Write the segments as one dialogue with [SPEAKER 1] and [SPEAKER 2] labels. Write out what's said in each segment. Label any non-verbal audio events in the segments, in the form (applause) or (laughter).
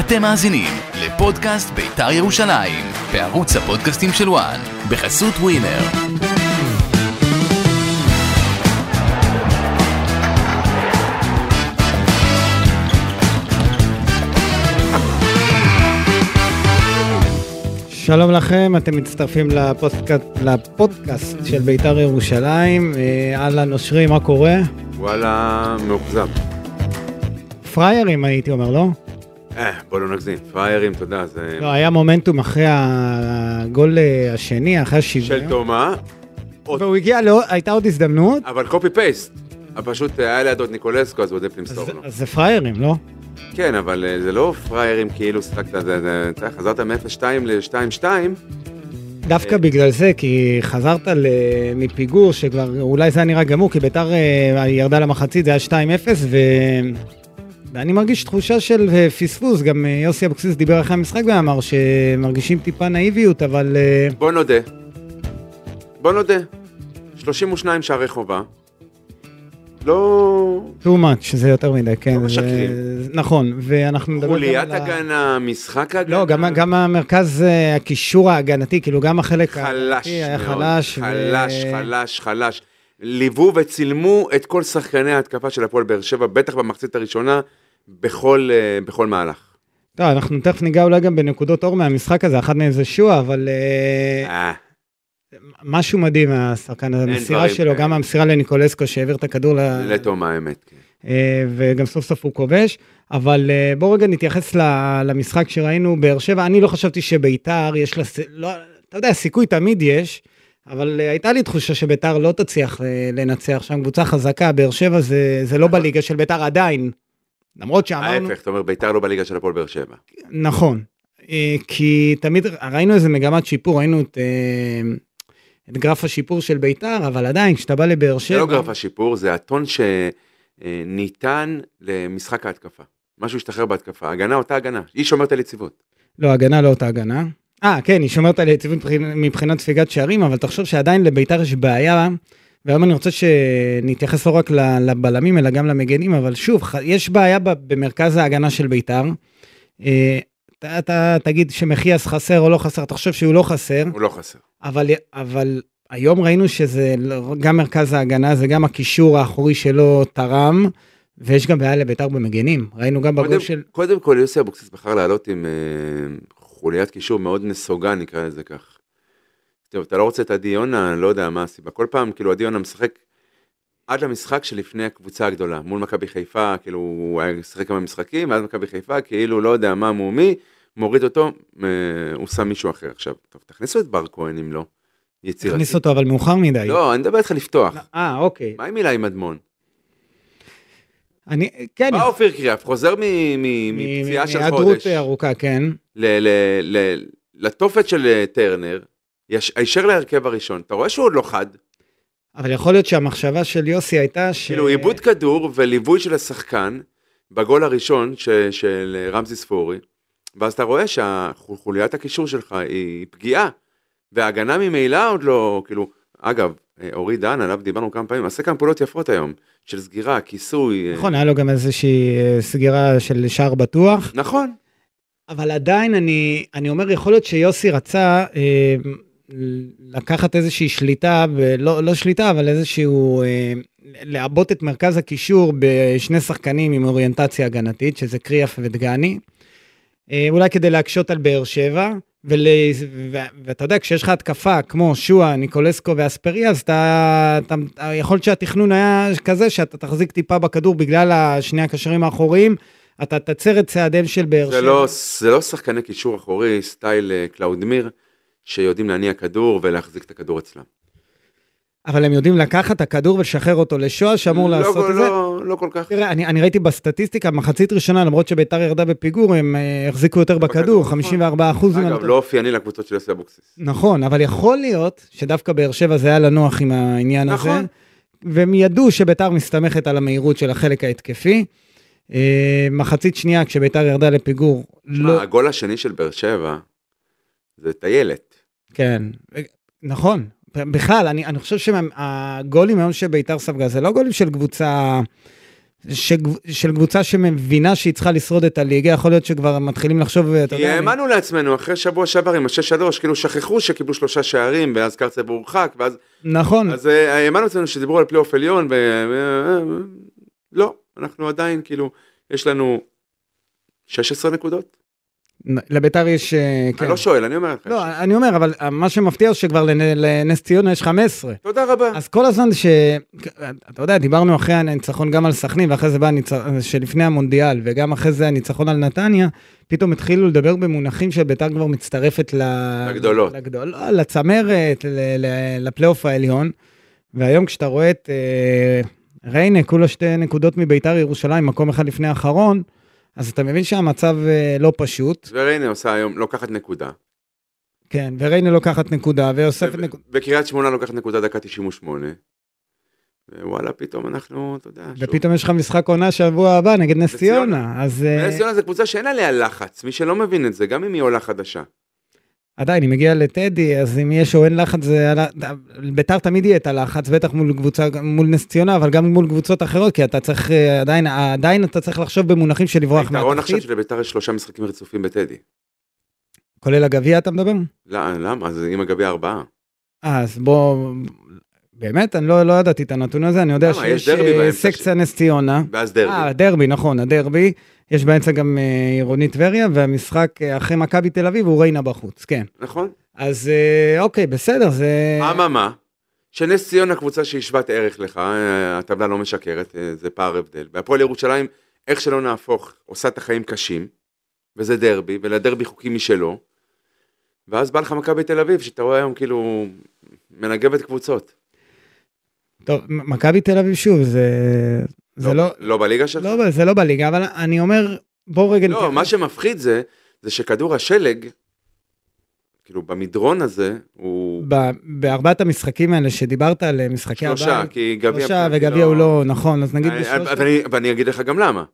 [SPEAKER 1] אתם מאזינים לפודקאסט בית"ר ירושלים, בערוץ הפודקאסטים של וואן, בחסות ווינר.
[SPEAKER 2] שלום לכם, אתם מצטרפים לפודקאסט, לפודקאסט של בית"ר ירושלים. אה, אהלן אושרי, מה קורה?
[SPEAKER 3] וואלה, מאוכזב.
[SPEAKER 2] פריירים הייתי אומר, לא?
[SPEAKER 3] אה, בוא לא נגזים. פריירים, אתה יודע, זה...
[SPEAKER 2] לא, היה מומנטום אחרי הגול אה, השני, אחרי
[SPEAKER 3] של
[SPEAKER 2] השוויון.
[SPEAKER 3] תומה,
[SPEAKER 2] והוא הגיע, לא, הייתה עוד הזדמנות,
[SPEAKER 3] אבל קופי פייסט. פשוט אה, היה לידו את ניקולסקו, אז הוא עדיף למסור
[SPEAKER 2] אז
[SPEAKER 3] לו.
[SPEAKER 2] אז זה פריירים, לא?
[SPEAKER 3] כן, אבל אה, זה לא פריירים כאילו שיחקת, זה- זה- אתה חזרת מ-0-2 ל-2-2,
[SPEAKER 2] דווקא
[SPEAKER 3] אה.
[SPEAKER 2] בגלל זה, כי חזרת ל- מפיגור שכבר אולי זה היה נראה גמור, כי ביתר אה, ירדה למחצית, זה היה 2-0, ו... ואני מרגיש תחושה של אה, פספוס, גם אה, יוסי אבוקסיס דיבר אחרי המשחק ואמר שמרגישים טיפה נאיביות, אבל אה,
[SPEAKER 3] בוא נודה. בוא נודה. 32 שערי חובה. לא...
[SPEAKER 2] too much, זה יותר מדי, כן.
[SPEAKER 3] לא
[SPEAKER 2] זה-
[SPEAKER 3] משקרים.
[SPEAKER 2] נכון, ואנחנו נדבר גם על
[SPEAKER 3] חוליית
[SPEAKER 2] ה-
[SPEAKER 3] הגנה, משחק הגנה.
[SPEAKER 2] לא, גם, גם המרכז אה, הקישור ההגנתי, כאילו גם החלק
[SPEAKER 3] חלש
[SPEAKER 2] ההגנתי היה
[SPEAKER 3] מאוד,
[SPEAKER 2] חלש. ו-
[SPEAKER 3] חלש, חלש, חלש. ליוו וצילמו את כל שחקני ההתקפה של הפועל באר שבע, בטח במחצית הראשונה, בכל, אה, בכל מהלך.
[SPEAKER 2] טוב, לא, אנחנו תכף ניגע אולי גם בנקודות אור מהמשחק הזה, אחת מהן זה שועה, אבל... אה,
[SPEAKER 3] אה,
[SPEAKER 2] משהו מדהים השחקן הזה,
[SPEAKER 3] אין
[SPEAKER 2] המסירה
[SPEAKER 3] דברים
[SPEAKER 2] שלו,
[SPEAKER 3] כאלה.
[SPEAKER 2] גם המסירה לניקולסקו שהעביר את הכדור, ל-
[SPEAKER 3] לתום האמת. כן.
[SPEAKER 2] אה, וגם סוף סוף הוא כובש, אבל אה, בואו רגע נתייחס ל- למשחק שראינו באר שבע, אני לא חשבתי שביתר יש לה, ס- לא, אתה יודע, סיכוי תמיד יש, אבל אה, הייתה לי תחושה שביתר לא תצליח אה, לנצח שם, קבוצה חזקה, באר שבע זה, זה לא בליגה של ביתר עדיין, למרות שאמרנו,
[SPEAKER 3] נכון. ההפך, אתה אומר, ביתר לא בליגה של הפועל באר שבע.
[SPEAKER 2] נכון, אה, כי תמיד ראינו איזה מגמת שיפור, ראינו את, אה, את גרף השיפור של ביתר, אבל עדיין, כשאתה בא לבאר שבע...
[SPEAKER 3] זה לא גרף השיפור, זה הטון שניתן למשחק ההתקפה. משהו השתחרר בהתקפה. הגנה אותה הגנה. היא שומרת על יציבות.
[SPEAKER 2] לא, הגנה לא אותה הגנה. אה, כן, היא שומרת על היציבות מבחינת- מבחינת ספיגת שערים, אבל תחשוב שעדיין לביתר יש בעיה, והיום אני רוצה שנתייחס לא רק ל- לבלמים, אלא גם למגנים, אבל שוב, ח- יש בעיה ב- במרכז ההגנה של ביתר. אה, אתה, אתה תגיד שמחיאס חסר או לא חסר, אתה חושב שהוא לא חסר,
[SPEAKER 3] הוא לא חסר.
[SPEAKER 2] אבל, אבל היום ראינו שזה לא- גם מרכז ההגנה, זה גם הקישור האחורי שלו תרם, ויש גם בעיה לביתר במגנים. ראינו גם בגול
[SPEAKER 3] קודם-
[SPEAKER 2] של...
[SPEAKER 3] קודם כל, יוסי אבוקסיס בחר לעלות עם אה, חוליית קישור מאוד נסוגה, נקרא לזה כך. טוב, אתה לא רוצה את עדי יונה, אני לא יודע מה הסיבה. כל פעם, כאילו, עדי יונה משחק עד למשחק שלפני הקבוצה הגדולה, מול מכבי חיפה, כאילו, הוא היה משחק כמה משחקים, ואז מכבי חיפה, כאילו, לא יודע מה מו מי, מוריד אותו, אה, הוא שם מישהו אחר. עכשיו, טוב, תכניסו את בר כהן אם לא. יצירתי.
[SPEAKER 2] הכניס אותו אבל מאוחר מדי.
[SPEAKER 3] לא, אני מדבר איתך לפתוח.
[SPEAKER 2] אה, אוקיי.
[SPEAKER 3] מה עם אילי מדמון?
[SPEAKER 2] אני, כן,
[SPEAKER 3] בא אופיר קריאף, חוזר מ- מ-
[SPEAKER 2] מ-
[SPEAKER 3] מפציעה של חודש.
[SPEAKER 2] מהיעדרות ארוכה, כן.
[SPEAKER 3] ל- ל- ל- לתופת של אה, טרנר, יש- הישר להרכב הראשון, אתה רואה שהוא עוד לא חד,
[SPEAKER 2] אבל יכול להיות שהמחשבה של יוסי הייתה ש...
[SPEAKER 3] כאילו עיבוד כדור וליווי של השחקן בגול הראשון ש- של אה, רמזי ספורי, ואז אתה רואה שחוליית הקישור שלך היא פגיעה, וההגנה ממילא עוד לא, כאילו, אגב, אה, אורי דן, עליו דיברנו כמה פעמים, עשה כמה פעולות יפות היום, של סגירה, כיסוי, אה,
[SPEAKER 2] נכון, היה לו גם איזושהי אה, סגירה של שער בטוח,
[SPEAKER 3] נכון,
[SPEAKER 2] אבל עדיין אני, אני אומר, יכול להיות שיוסי רצה אה, לקחת איזושהי שליטה, ולא, לא שליטה, אבל איזשהו... אה, לעבות את מרכז הקישור בשני שחקנים עם אוריינטציה הגנתית, שזה קריאף ודגני, אה, אולי כדי להקשות על באר שבע, ול... ו... ואתה יודע, כשיש לך התקפה כמו שואה, ניקולסקו ואספריה, אז אתה... אתה... יכול להיות שהתכנון היה כזה שאתה תחזיק טיפה בכדור בגלל השני הקשרים האחוריים, אתה תצר את צעדיהם של באר שבע.
[SPEAKER 3] זה לא, זה לא שחקני קישור אחורי, סטייל אה, קלאודמיר, שיודעים להניע כדור ולהחזיק את הכדור אצלם.
[SPEAKER 2] אבל הם יודעים לקחת את הכדור ולשחרר אותו לשואה, שאמור
[SPEAKER 3] לא,
[SPEAKER 2] לעשות
[SPEAKER 3] לא,
[SPEAKER 2] את זה. כן,
[SPEAKER 3] לא, לא כל כך.
[SPEAKER 2] תראה, אני, אני ראיתי בסטטיסטיקה, מחצית ראשונה, למרות שביתר ירדה בפיגור, הם אה, החזיקו יותר
[SPEAKER 3] בכדור,
[SPEAKER 2] בכדור,
[SPEAKER 3] נכון.
[SPEAKER 2] 54 אחוז.
[SPEAKER 3] אגב, לא אופייני לקבוצות של יוסי אבוקסיס.
[SPEAKER 2] נכון, אבל יכול להיות שדווקא באר שבע זה היה לנוח עם העניין הזה.
[SPEAKER 3] נכון.
[SPEAKER 2] והם ידעו שביתר מסתמכת על המהירות של החלק ההתקפי. אה, מחצית שנייה, כשביתר ירדה לפיגור, לא...
[SPEAKER 3] מה, הגול השני של באר שבע, זה טיילת.
[SPEAKER 2] כן, נכון. בכלל, אני, אני חושב שהגולים היום שביתר ספגה זה לא גולים של קבוצה שגב- של קבוצה שמבינה שהיא צריכה לשרוד את הליגה, יכול להיות שכבר מתחילים לחשוב, אתה
[SPEAKER 3] כי
[SPEAKER 2] יודע,
[SPEAKER 3] האמנו לעצמנו אחרי שבוע שעבר עם ה-6-3, כאילו שכחו שקיבלו שלושה שערים, ואז קרצב הורחק, ואז...
[SPEAKER 2] נכון,
[SPEAKER 3] אז אה, האמנו לעצמנו שדיברו על פלייאוף עליון, ו... ו- לא, אנחנו עדיין, כאילו, יש לנו 16 נקודות.
[SPEAKER 2] לביתר יש, אה, כן.
[SPEAKER 3] אני לא שואל, אני אומר לך.
[SPEAKER 2] לא, אני אומר, אבל מה שמפתיע הוא שכבר לנ- לנס ציונה יש 15.
[SPEAKER 3] תודה רבה.
[SPEAKER 2] אז כל הזמן ש... אתה יודע, דיברנו אחרי הניצחון גם על סכנין, ואחרי זה בא הניצחון שלפני המונדיאל, וגם אחרי זה הניצחון על נתניה, פתאום התחילו לדבר במונחים שביתר כבר מצטרפת ל...
[SPEAKER 3] לגדולות.
[SPEAKER 2] לגדול... לא, לצמרת, ל... ל... לפלייאוף העליון. והיום כשאתה רואה את אה, ריינה, כולה שתי נקודות מביתר ירושלים, מקום אחד לפני האחרון, אז אתה מבין שהמצב אה, לא פשוט.
[SPEAKER 3] וריינה עושה היום, לוקחת נקודה.
[SPEAKER 2] כן, וריינה לוקחת נקודה, ואוספת
[SPEAKER 3] ו-
[SPEAKER 2] נקודה.
[SPEAKER 3] וקריית שמונה לוקחת נקודה דקה 98. ווואלה, פתאום אנחנו, אתה יודע, שוב.
[SPEAKER 2] ופתאום יש לך משחק עונה שבוע הבא נגד נס
[SPEAKER 3] נס ציונה.
[SPEAKER 2] ציונה, אז... אה,
[SPEAKER 3] נס ציונה זה קבוצה שאין עליה לחץ, מי שלא מבין את זה, גם אם היא עולה חדשה.
[SPEAKER 2] עדיין, אם מגיע לטדי, אז אם יש או אין לחץ, זה... על ה- ביתר תמיד יהיה את הלחץ, בטח מול קבוצה, מול נס ציונה, אבל גם מול קבוצות אחרות, כי אתה צריך, אה, עדיין, עדיין אתה צריך לחשוב במונחים של לברוח
[SPEAKER 3] היתרון עכשיו
[SPEAKER 2] מהתחתית,
[SPEAKER 3] שלביתר יש שלושה משחקים רצופים בטדי.
[SPEAKER 2] כולל הגביע אתה מדבר?
[SPEAKER 3] לא, למה? אז עם הגביע ארבעה.
[SPEAKER 2] אה, אז בוא... באמת, אני לא, לא ידעתי את הנתון הזה, אני יודע
[SPEAKER 3] למה? יש
[SPEAKER 2] שיש
[SPEAKER 3] דרבי
[SPEAKER 2] אה,
[SPEAKER 3] באמצע
[SPEAKER 2] סקציה נס ציונה.
[SPEAKER 3] ואז דרבי.
[SPEAKER 2] אה, הדרבי, נכון, הדרבי. יש באמצע גם אה, עירוני טבריה, והמשחק אה, אחרי מכבי תל אביב הוא ריינה בחוץ, כן.
[SPEAKER 3] נכון?
[SPEAKER 2] אז אה, אוקיי, בסדר, זה...
[SPEAKER 3] אממה, שנס ציונה קבוצה שהיא שוות ערך לך, אה, הטבלה לא משקרת, אה, זה פער הבדל. והפועל ירושלים, איך שלא נהפוך, עושה את החיים קשים, וזה דרבי, ולדרבי חוקים משלו. ואז בא לך מכבי תל אביב, שאתה רואה היום כאילו מנגבת קבוצות.
[SPEAKER 2] טוב, מ- מכבי תל אביב שוב, זה, זה לא,
[SPEAKER 3] לא בליגה שלך?
[SPEAKER 2] לא, ב- זה לא בליגה, אבל אני אומר, בואו רגע
[SPEAKER 3] לא, מה שמפחיד זה, זה שכדור השלג, כאילו במדרון הזה, הוא
[SPEAKER 2] ב- בארבעת המשחקים האלה שדיברת על אה, משחקי
[SPEAKER 3] שלושה,
[SPEAKER 2] הבית,
[SPEAKER 3] כי גביע... אה,
[SPEAKER 2] שלושה
[SPEAKER 3] פשוט
[SPEAKER 2] וגביע הוא לא נכון, אז נגיד
[SPEAKER 3] אני-
[SPEAKER 2] בשלושה,
[SPEAKER 3] ואני- ואני אגיד לך גם למה.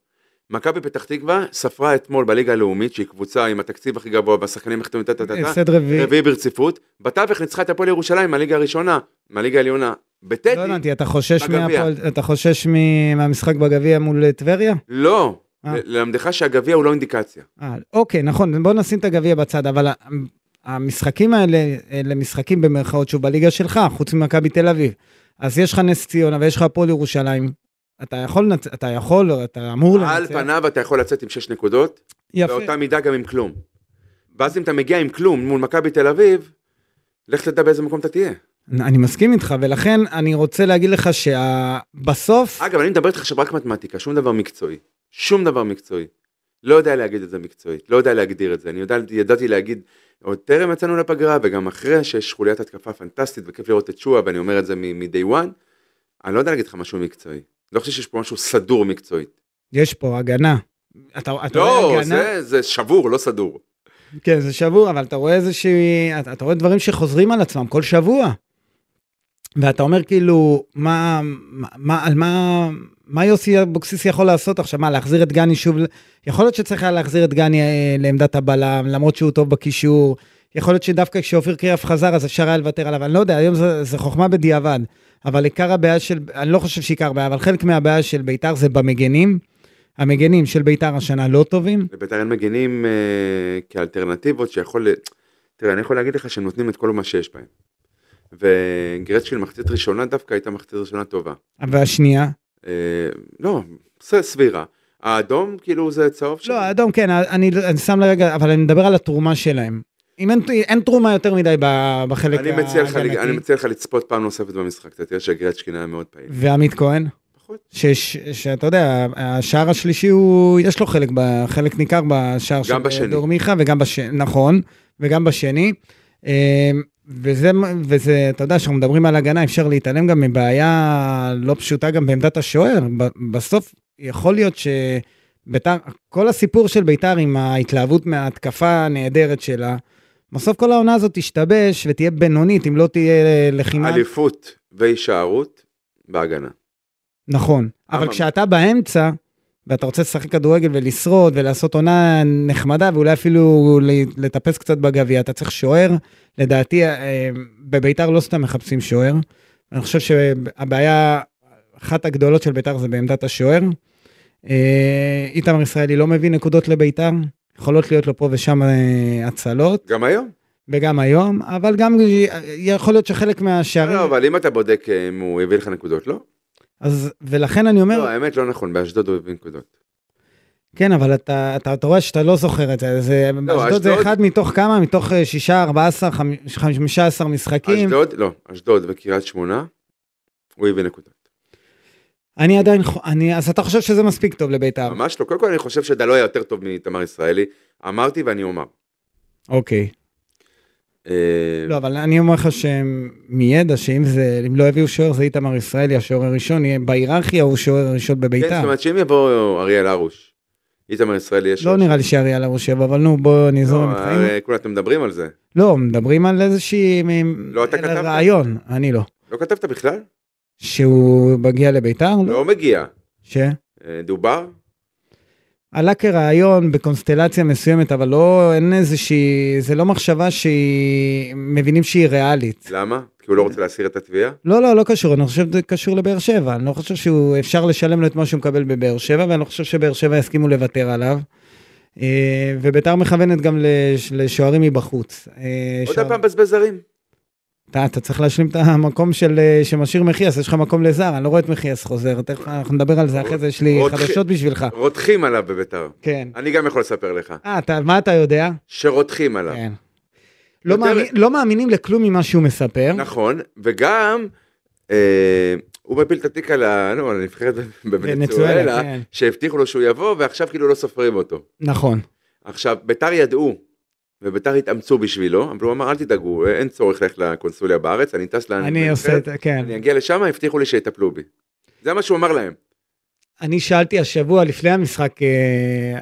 [SPEAKER 3] מכבי פתח תקווה ספרה אתמול בליגה הלאומית, שהיא קבוצה עם התקציב הכי גבוה והשחקנים החתומים טה טה טה, טה,
[SPEAKER 2] הפסד אה, רביעי,
[SPEAKER 3] רביעי ברציפות, בתווך ניצחה את הפועל ירושלים מהליגה הראשונה, מהליגה העליונה, בטדי,
[SPEAKER 2] לא הבנתי, אתה חושש
[SPEAKER 3] בגביע.
[SPEAKER 2] מהפועל, אתה חושש מ- מהמשחק בגביע מול אה, טבריה?
[SPEAKER 3] לא,
[SPEAKER 2] אה.
[SPEAKER 3] ללמדך שהגביע הוא לא אינדיקציה.
[SPEAKER 2] אה, אוקיי, נכון, בוא נשים את הגביע בצד, אבל ה- המשחקים האלה, אלה משחקים במרכאות שהוא בליגה שלך, חוץ ממכבי תל אביב. אז יש לך נס ציונה ויש לך הפועל ירושלים. אתה יכול, לנצ- אתה יכול, או אתה אמור
[SPEAKER 3] על פניו אתה יכול לצאת עם 6 נקודות,
[SPEAKER 2] יפה.
[SPEAKER 3] באותה מידה גם עם כלום. ואז אם אתה מגיע עם כלום מול מכבי תל אביב, לך תדע באיזה מקום אתה תהיה.
[SPEAKER 2] אני מסכים איתך, ולכן אני רוצה להגיד לך שבסוף,
[SPEAKER 3] אגב, אני מדבר איתך עכשיו רק מתמטיקה, שום דבר מקצועי. שום דבר מקצועי. לא יודע להגיד את זה מקצועית, לא יודע להגדיר את זה. אני יודע, ידעתי להגיד, עוד טרם יצאנו לפגרה, וגם אחרי שיש חוליית התקפה פנטסטית, וכיף לראות את שועה, ואני אומר את זה מ- מ-day one, אני לא יודע להגיד לך משהו מקצועי. לא חושב שיש פה משהו סדור מקצועית.
[SPEAKER 2] יש פה הגנה. אתה, אתה
[SPEAKER 3] לא,
[SPEAKER 2] רואה הגנה,
[SPEAKER 3] זה, זה שבור, לא סדור.
[SPEAKER 2] כן, זה שבוע, אבל אתה רואה איזושהי, אתה, אתה רואה דברים שחוזרים על עצמם כל שבוע. ואתה אומר כאילו, מה, מה, מה, על מה, מה יוסי אבוקסיס יכול לעשות עכשיו? מה, להחזיר את גני שוב? ל- יכול להיות שצריך היה להחזיר את גני אה, לעמדת הבלם, למרות שהוא טוב בקישור. יכול להיות שדווקא כשאופיר קריאף חזר, אז אפשר היה לוותר עליו. אני לא יודע, היום זה, זה חוכמה בדיעבד. אבל עיקר הבעיה של, אני לא חושב שעיקר הבעיה, אבל חלק מהבעיה של בית"ר זה במגנים. המגנים של בית"ר השנה לא טובים.
[SPEAKER 3] לבית"ר אין מגנים אה, כאלטרנטיבות שיכול... ל- תראה, אני יכול להגיד לך שהם נותנים את כל מה שיש בהם. וגרצ'קין מחצית ראשונה דווקא הייתה מחצית ראשונה טובה.
[SPEAKER 2] והשנייה,
[SPEAKER 3] אה, לא, ס- סבירה. האדום כאילו זה צהוב
[SPEAKER 2] לא, האדום כן, אני, אני שם לרגע, אבל אני מדבר על התרומה שלהם. אם אין, אין תרומה יותר מדי ב- בחלק
[SPEAKER 3] אני מציע, לך,
[SPEAKER 2] ההגנתי.
[SPEAKER 3] אני מציע לך לצפות פעם נוספת במשחק, אתה תראה שגרצ'קין היה מאוד פעיל.
[SPEAKER 2] ועמית כהן,
[SPEAKER 3] פחות.
[SPEAKER 2] שש, שאתה יודע, השער השלישי הוא, יש לו חלק, ב- חלק ניכר בשער
[SPEAKER 3] גם בשני.
[SPEAKER 2] דור מיכה, וגם בשני, נכון, וגם בשני. אה, וזה, וזה, אתה יודע, כשאנחנו מדברים על הגנה, אפשר להתעלם גם מבעיה לא פשוטה גם בעמדת השוער. ב- בסוף, יכול להיות ש... ביתר, כל הסיפור של ביתר עם ההתלהבות מההתקפה הנהדרת שלה, בסוף כל העונה הזאת תשתבש ותהיה בינונית אם לא תהיה לחימה.
[SPEAKER 3] אליפות והישארות בהגנה.
[SPEAKER 2] נכון, אבל
[SPEAKER 3] אממה.
[SPEAKER 2] כשאתה באמצע, ואתה רוצה לשחק כדורגל ולשרוד ולעשות עונה נחמדה ואולי אפילו ל- לטפס קצת בגביע, אתה צריך שוער. לדעתי, אה, בביתר לא סתם מחפשים שוער. אני חושב שהבעיה, אחת הגדולות של ביתר זה בעמדת השוער. אה, איתמר ישראלי לא מביא נקודות לביתר, יכולות להיות לו פה ושם אה, הצלות,
[SPEAKER 3] גם היום.
[SPEAKER 2] וגם היום, אבל גם אה, יכול להיות שחלק מהשערים,
[SPEAKER 3] לא, אבל אם אתה בודק אה, אם הוא הביא לך נקודות, לא?
[SPEAKER 2] אז ולכן אני אומר,
[SPEAKER 3] לא, האמת לא נכון, באשדוד הוא הביא נקודות.
[SPEAKER 2] כן, אבל אתה, אתה, אתה רואה שאתה לא זוכר את זה, זה,
[SPEAKER 3] לא,
[SPEAKER 2] אשדוד זה
[SPEAKER 3] אשדוד-
[SPEAKER 2] אחד מתוך כמה? מתוך אה, 6, 14, 15 משחקים.
[SPEAKER 3] אשדוד, לא, אשדוד וקריית שמונה, הוא הביא נקודות.
[SPEAKER 2] אני עדיין, חו- אני, אז אתה חושב שזה מספיק טוב לביתר?
[SPEAKER 3] ממש לא. קודם כל אני חושב שדלו היה יותר טוב מאיתמר ישראלי, אמרתי ואני אומר.
[SPEAKER 2] אוקיי.
[SPEAKER 3] אה,
[SPEAKER 2] לא, אבל אני אומר לך שמידע, שאם זה, אם לא יביאו שוער, זה איתמר ישראלי, השוער הראשון, יהיה- בהיררכיה הוא שוער הראשון
[SPEAKER 3] כן, זאת
[SPEAKER 2] בביתר.
[SPEAKER 3] אומרת שאם יבוא אריאל הרוש, איתמר ישראלי יש...
[SPEAKER 2] לא
[SPEAKER 3] לו-
[SPEAKER 2] נראה לי שאריאל הראש יבוא, אבל נו, בוא נזרום
[SPEAKER 3] לא,
[SPEAKER 2] איתך. אם-
[SPEAKER 3] הרי כולם אתם מדברים על זה.
[SPEAKER 2] לא, מדברים על איזושהי... מ-
[SPEAKER 3] לא, אתה
[SPEAKER 2] על
[SPEAKER 3] כתבת.
[SPEAKER 2] רעיון, אני לא.
[SPEAKER 3] לא כתבת בכלל?
[SPEAKER 2] שהוא מגיע לביתר?
[SPEAKER 3] לא מגיע.
[SPEAKER 2] ש?
[SPEAKER 3] אה, דובר?
[SPEAKER 2] עלה כרעיון בקונסטלציה מסוימת, אבל לא, אין איזושהי, זה לא מחשבה שהיא, מבינים שהיא ריאלית.
[SPEAKER 3] למה? כי הוא לא רוצה להסיר את התביעה?
[SPEAKER 2] לא, לא, לא קשור, אני חושב שזה קשור לבאר שבע, אני לא חושב שהוא, אפשר לשלם לו את מה שהוא מקבל בבאר שבע, ואני לא חושב שבאר שבע יסכימו לוותר עליו. אה, וביתר מכוונת גם לש- לשוערים מבחוץ. אה,
[SPEAKER 3] עוד
[SPEAKER 2] שוער-
[SPEAKER 3] פעם בזבז זרים.
[SPEAKER 2] אתה, אתה צריך להשלים את המקום של, אה, שמשאיר מחיאס, יש לך מקום לזר, אני לא רואה את מחיאס חוזר, תכף אנחנו נדבר על זה אחרי זה, יש לי
[SPEAKER 3] רותחי-
[SPEAKER 2] חדשות בשבילך.
[SPEAKER 3] רותחים עליו בביתר.
[SPEAKER 2] כן.
[SPEAKER 3] אני גם יכול לספר לך.
[SPEAKER 2] אה, אתה- מה אתה יודע?
[SPEAKER 3] שרותחים עליו.
[SPEAKER 2] כן. לא,
[SPEAKER 3] יותר-
[SPEAKER 2] מאמין, לא מאמינים לכלום ממה שהוא מספר.
[SPEAKER 3] נכון, וגם אה, הוא מפיל את התיק על ה- לא, על הנבחרת (laughs) בוונצואלה,
[SPEAKER 2] כן.
[SPEAKER 3] שהבטיחו לו שהוא יבוא, ועכשיו כאילו לא סופרים אותו.
[SPEAKER 2] נכון.
[SPEAKER 3] עכשיו, ביתר ידעו, וביתר התאמצו בשבילו, אבל הוא אמר, אל תדאגו, אה, אין צורך ללכת לקונסוליה בארץ, אני טס לנבחרת,
[SPEAKER 2] אני עושה את זה, כן.
[SPEAKER 3] אני אגיע לשם, הבטיחו לי שיטפלו בי. זה מה שהוא אמר להם.
[SPEAKER 2] אני שאלתי השבוע לפני המשחק, אה,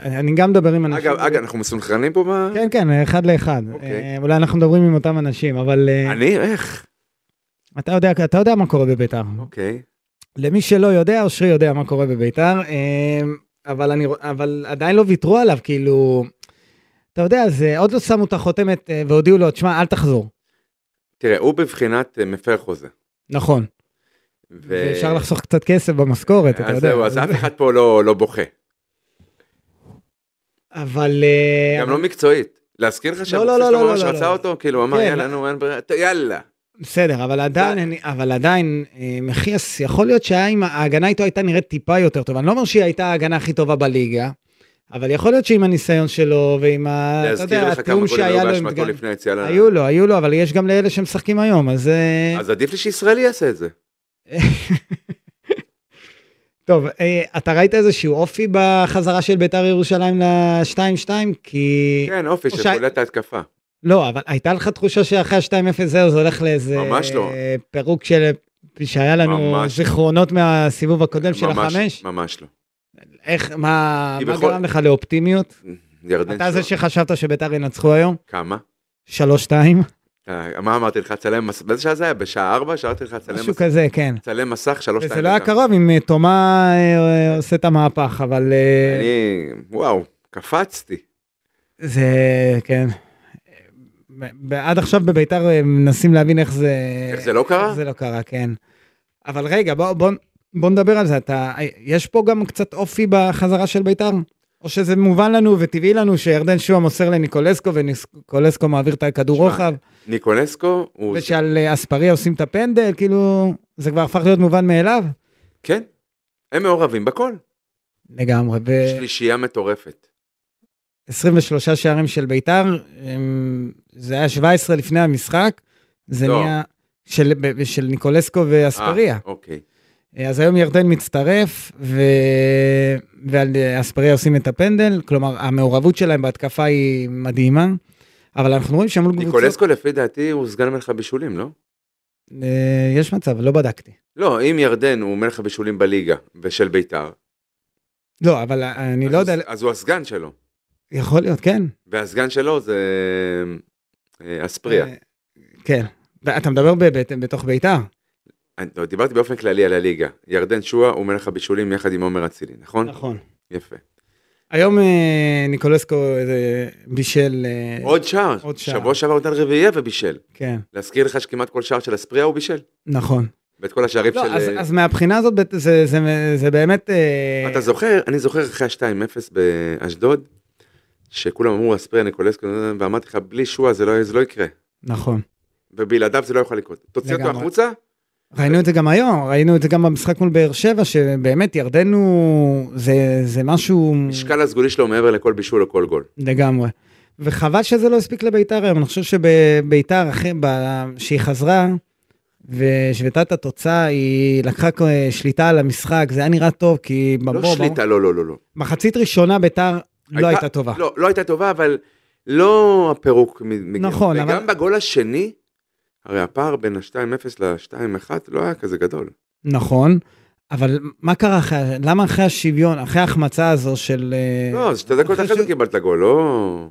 [SPEAKER 2] אני אני גם מדבר עם אנשים.
[SPEAKER 3] אגב, אגב, אנחנו מסונכרנים פה מה...
[SPEAKER 2] כן, כן, אחד לאחד.
[SPEAKER 3] אוקיי.
[SPEAKER 2] אה, אולי אנחנו מדברים עם אותם אנשים, אבל אה,
[SPEAKER 3] אני? איך?
[SPEAKER 2] אתה יודע- אתה יודע מה קורה בביתר.
[SPEAKER 3] אוקיי.
[SPEAKER 2] למי שלא יודע, אושרי יודע מה קורה בביתר, אה, אבל, אני, רוא- אבל עדיין לא ויתרו עליו, כאילו, אתה יודע, זה עוד לא שמו את החותמת אה, והודיעו לו, תשמע, אל תחזור.
[SPEAKER 3] תראה, הוא בבחינת אה, מפר חוזה.
[SPEAKER 2] נכון,
[SPEAKER 3] ו-
[SPEAKER 2] ואפשר לחסוך קצת כסף במשכורת, אתה
[SPEAKER 3] אז
[SPEAKER 2] יודע.
[SPEAKER 3] זהו, אז אף אחד פה לא לא בוכה.
[SPEAKER 2] אבל... אה,
[SPEAKER 3] גם לא מקצועית. להזכיר לך
[SPEAKER 2] לא, לא, לא,
[SPEAKER 3] שאבוקסיס לא ממש
[SPEAKER 2] לא, לא,
[SPEAKER 3] רצה
[SPEAKER 2] לא.
[SPEAKER 3] אותו? כאילו, הוא אמר,
[SPEAKER 2] כן.
[SPEAKER 3] יאללה, נו, אין ברירה, טוב, יאללה.
[SPEAKER 2] בסדר, אבל עדיין, אני, אבל עדיין, אה, מחיאס, יכול להיות שהיה אם ההגנה איתו הייתה נראית טיפה יותר טובה. אני לא אומר שהיא הייתה ההגנה הכי טובה בליגה, אבל יכול להיות שעם הניסיון שלו ועם ה... אתה
[SPEAKER 3] להזכיר
[SPEAKER 2] יודע,
[SPEAKER 3] לך כמה
[SPEAKER 2] התיאום
[SPEAKER 3] גולים
[SPEAKER 2] שהיה
[SPEAKER 3] היו
[SPEAKER 2] לו עם...
[SPEAKER 3] באשמתו
[SPEAKER 2] דגן.
[SPEAKER 3] לפני היציאה ל...
[SPEAKER 2] היו לו, היו לו, אבל יש גם לאלה שמשחקים היום, אז... אה,
[SPEAKER 3] אז עדיף לי שישראלי יעשה את זה.
[SPEAKER 2] טוב, אה, אתה ראית איזשהו אופי בחזרה של ביתר ירושלים ל-2-2? כי...
[SPEAKER 3] כן, אופי
[SPEAKER 2] או
[SPEAKER 3] של
[SPEAKER 2] שה-
[SPEAKER 3] פעולת ההתקפה.
[SPEAKER 2] לא, אבל הייתה לך תחושה שאחרי ה-2-0 זהו, זה הולך לאיזה...
[SPEAKER 3] ממש לא.
[SPEAKER 2] אה, פירוק של... שהיה לנו
[SPEAKER 3] ממש. לא.
[SPEAKER 2] זיכרונות מהסיבוב הקודם של
[SPEAKER 3] ממש-
[SPEAKER 2] החמש?
[SPEAKER 3] ממש לא.
[SPEAKER 2] איך, מה,
[SPEAKER 3] כי
[SPEAKER 2] מה
[SPEAKER 3] בכל-
[SPEAKER 2] גרם לך לאופטימיות?
[SPEAKER 3] ירדן
[SPEAKER 2] אתה זה
[SPEAKER 3] שואה.
[SPEAKER 2] שחשבת שביתר ינצחו היום?
[SPEAKER 3] כמה?
[SPEAKER 2] 3-2?
[SPEAKER 3] אה, מה אמרתי לך? צלם מסך? באיזה שעה זה היה? בשעה ארבע? שאלתי לך, צלם
[SPEAKER 2] משהו
[SPEAKER 3] מסך?
[SPEAKER 2] כזה, כן.
[SPEAKER 3] צלם מסך, שלוש
[SPEAKER 2] וזה
[SPEAKER 3] שתיים
[SPEAKER 2] לא היה
[SPEAKER 3] דקה.
[SPEAKER 2] קרוב אם אה, תומה אה, אה, עושה את המהפך, אבל אה,
[SPEAKER 3] אני, וואו, קפצתי.
[SPEAKER 2] זה, כן. ב- ב- עד עכשיו בביתר אה, מנסים להבין איך זה...
[SPEAKER 3] איך זה לא קרה?
[SPEAKER 2] איך זה לא קרה, כן. אבל רגע, בוא, בוא, בוא נדבר על זה. אתה, יש פה גם קצת אופי בחזרה של ביתר? או שזה מובן לנו וטבעי לנו שירדן שועה מוסר לניקולסקו וניקולסקו מעביר את הכדור
[SPEAKER 3] שמע,
[SPEAKER 2] רוחב?
[SPEAKER 3] ניקולסקו, הוא...
[SPEAKER 2] ושעל אה, אספריה עושים את הפנדל, כאילו, זה כבר הפך להיות מובן מאליו?
[SPEAKER 3] כן, הם מעורבים בכל.
[SPEAKER 2] לגמרי.
[SPEAKER 3] שלישייה מטורפת.
[SPEAKER 2] ו-23 שערים של ביתר, הם- זה היה 17 לפני המשחק, זה
[SPEAKER 3] לא.
[SPEAKER 2] נהיה של, ב- של ניקולסקו ואספריה.
[SPEAKER 3] אה, אוקיי.
[SPEAKER 2] אה, אז היום ירדן מצטרף, ו... ועל אה, אספריה עושים את הפנדל, כלומר, המעורבות שלהם בהתקפה היא מדהימה, אבל אנחנו רואים שהם מול קבוצות...
[SPEAKER 3] ניקולסקו לפי דעתי הוא סגן מלך הבישולים, לא?
[SPEAKER 2] אה, יש מצב, לא בדקתי.
[SPEAKER 3] לא, אם ירדן הוא מלך הבישולים בליגה ושל ביתר,
[SPEAKER 2] לא, אבל אה, אני
[SPEAKER 3] אז
[SPEAKER 2] לא
[SPEAKER 3] הוא-
[SPEAKER 2] יודע,
[SPEAKER 3] אז הוא הסגן שלו,
[SPEAKER 2] יכול להיות, כן.
[SPEAKER 3] והסגן שלו זה אה, אספריה.
[SPEAKER 2] אה, כן. אתה מדבר בבטן בתוך ביתר.
[SPEAKER 3] אני- לא, דיברתי באופן כללי על הליגה. ירדן שואה הוא מלך הבישולים יחד עם עומר אצילי, נכון?
[SPEAKER 2] נכון.
[SPEAKER 3] יפה.
[SPEAKER 2] היום אה, ניקולסקו אה, בישל... אה,
[SPEAKER 3] עוד שער,
[SPEAKER 2] עוד שער.
[SPEAKER 3] שבוע שעבר הוא נתן רביעייה ובישל.
[SPEAKER 2] כן,
[SPEAKER 3] להזכיר לך שכמעט כל שער של אספריה הוא בישל.
[SPEAKER 2] נכון.
[SPEAKER 3] ואת כל השערים
[SPEAKER 2] לא, אז,
[SPEAKER 3] של... אה,
[SPEAKER 2] אז מהבחינה הזאת זה, זה, זה, זה באמת... אה,
[SPEAKER 3] אתה זוכר, אני זוכר אחרי ה-2-0 באשדוד, שכולם אמרו אספריה ניקולסקו, ואמרתי לך, בלי שועה זה לא, זה לא יקרה,
[SPEAKER 2] נכון.
[SPEAKER 3] ובלעדיו זה לא יכול לקרות. תוציא אותו
[SPEAKER 2] לגמרי.
[SPEAKER 3] החוצה,
[SPEAKER 2] ראינו את זה גם היום, ראינו את זה גם במשחק מול באר שבע, שבאמת ירדן הוא... זה, זה משהו...
[SPEAKER 3] משקל הסגולי שלו מעבר לכל בישול או כל גול.
[SPEAKER 2] לגמרי. וחבל שזה לא הספיק לביתר היום, אני חושב שביתר, אחרי, ב- שהיא חזרה, ושביתת התוצאה, היא לקחה אה, שליטה על המשחק, זה היה נראה טוב, כי בבור,
[SPEAKER 3] לא שליטה, לא, לא, לא. לא.
[SPEAKER 2] מחצית ראשונה ביתר לא הייתה טובה.
[SPEAKER 3] לא, לא הייתה טובה, אבל לא הפירוק מ- מגיע.
[SPEAKER 2] נכון, אבל-
[SPEAKER 3] וגם בגול השני, הרי הפער בין ה-2-0 ל-2-1 לא היה כזה גדול.
[SPEAKER 2] נכון, אבל מה קרה אחרי, למה אחרי השוויון, אחרי ההחמצה הזו של... אה,
[SPEAKER 3] לא, אז שתי דקות
[SPEAKER 2] אחרי
[SPEAKER 3] אחרי זה
[SPEAKER 2] ש-
[SPEAKER 3] קיבלת גול, לא...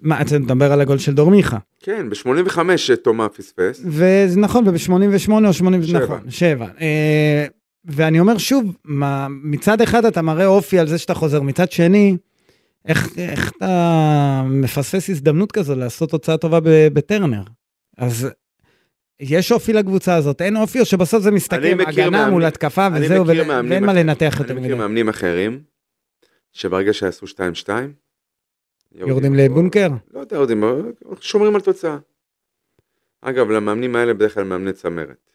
[SPEAKER 2] מה, אתה מדבר על הגול של דורמיכה.
[SPEAKER 3] כן, ב-85 תומה פספס.
[SPEAKER 2] וזה נכון, וב-88 או 80,
[SPEAKER 3] שבע.
[SPEAKER 2] נכון, שבע. אה, ואני אומר שוב, מה, מצד אחד אתה מראה אופי על זה שאתה חוזר, מצד שני, איך, איך אתה מפספס הזדמנות כזו לעשות תוצאה טובה ב- בטרנר? אז יש אופי לקבוצה הזאת, אין אופי, או שבסוף זה
[SPEAKER 3] אני
[SPEAKER 2] מסתכם,
[SPEAKER 3] מכיר
[SPEAKER 2] הגנה
[SPEAKER 3] מאמנים-
[SPEAKER 2] מול התקפה
[SPEAKER 3] אני
[SPEAKER 2] אה, וזהו,
[SPEAKER 3] מכיר
[SPEAKER 2] ול-
[SPEAKER 3] מאמנים
[SPEAKER 2] ואין מה
[SPEAKER 3] אחרים.
[SPEAKER 2] לנתח יותר
[SPEAKER 3] אני מכיר
[SPEAKER 2] מדי.
[SPEAKER 3] מאמנים אחרים, שברגע שעשו 2-2,
[SPEAKER 2] יורדים לבונקר?
[SPEAKER 3] לא יודע, יורדים, שומרים על תוצאה. אגב, למאמנים האלה בדרך כלל מאמני צמרת.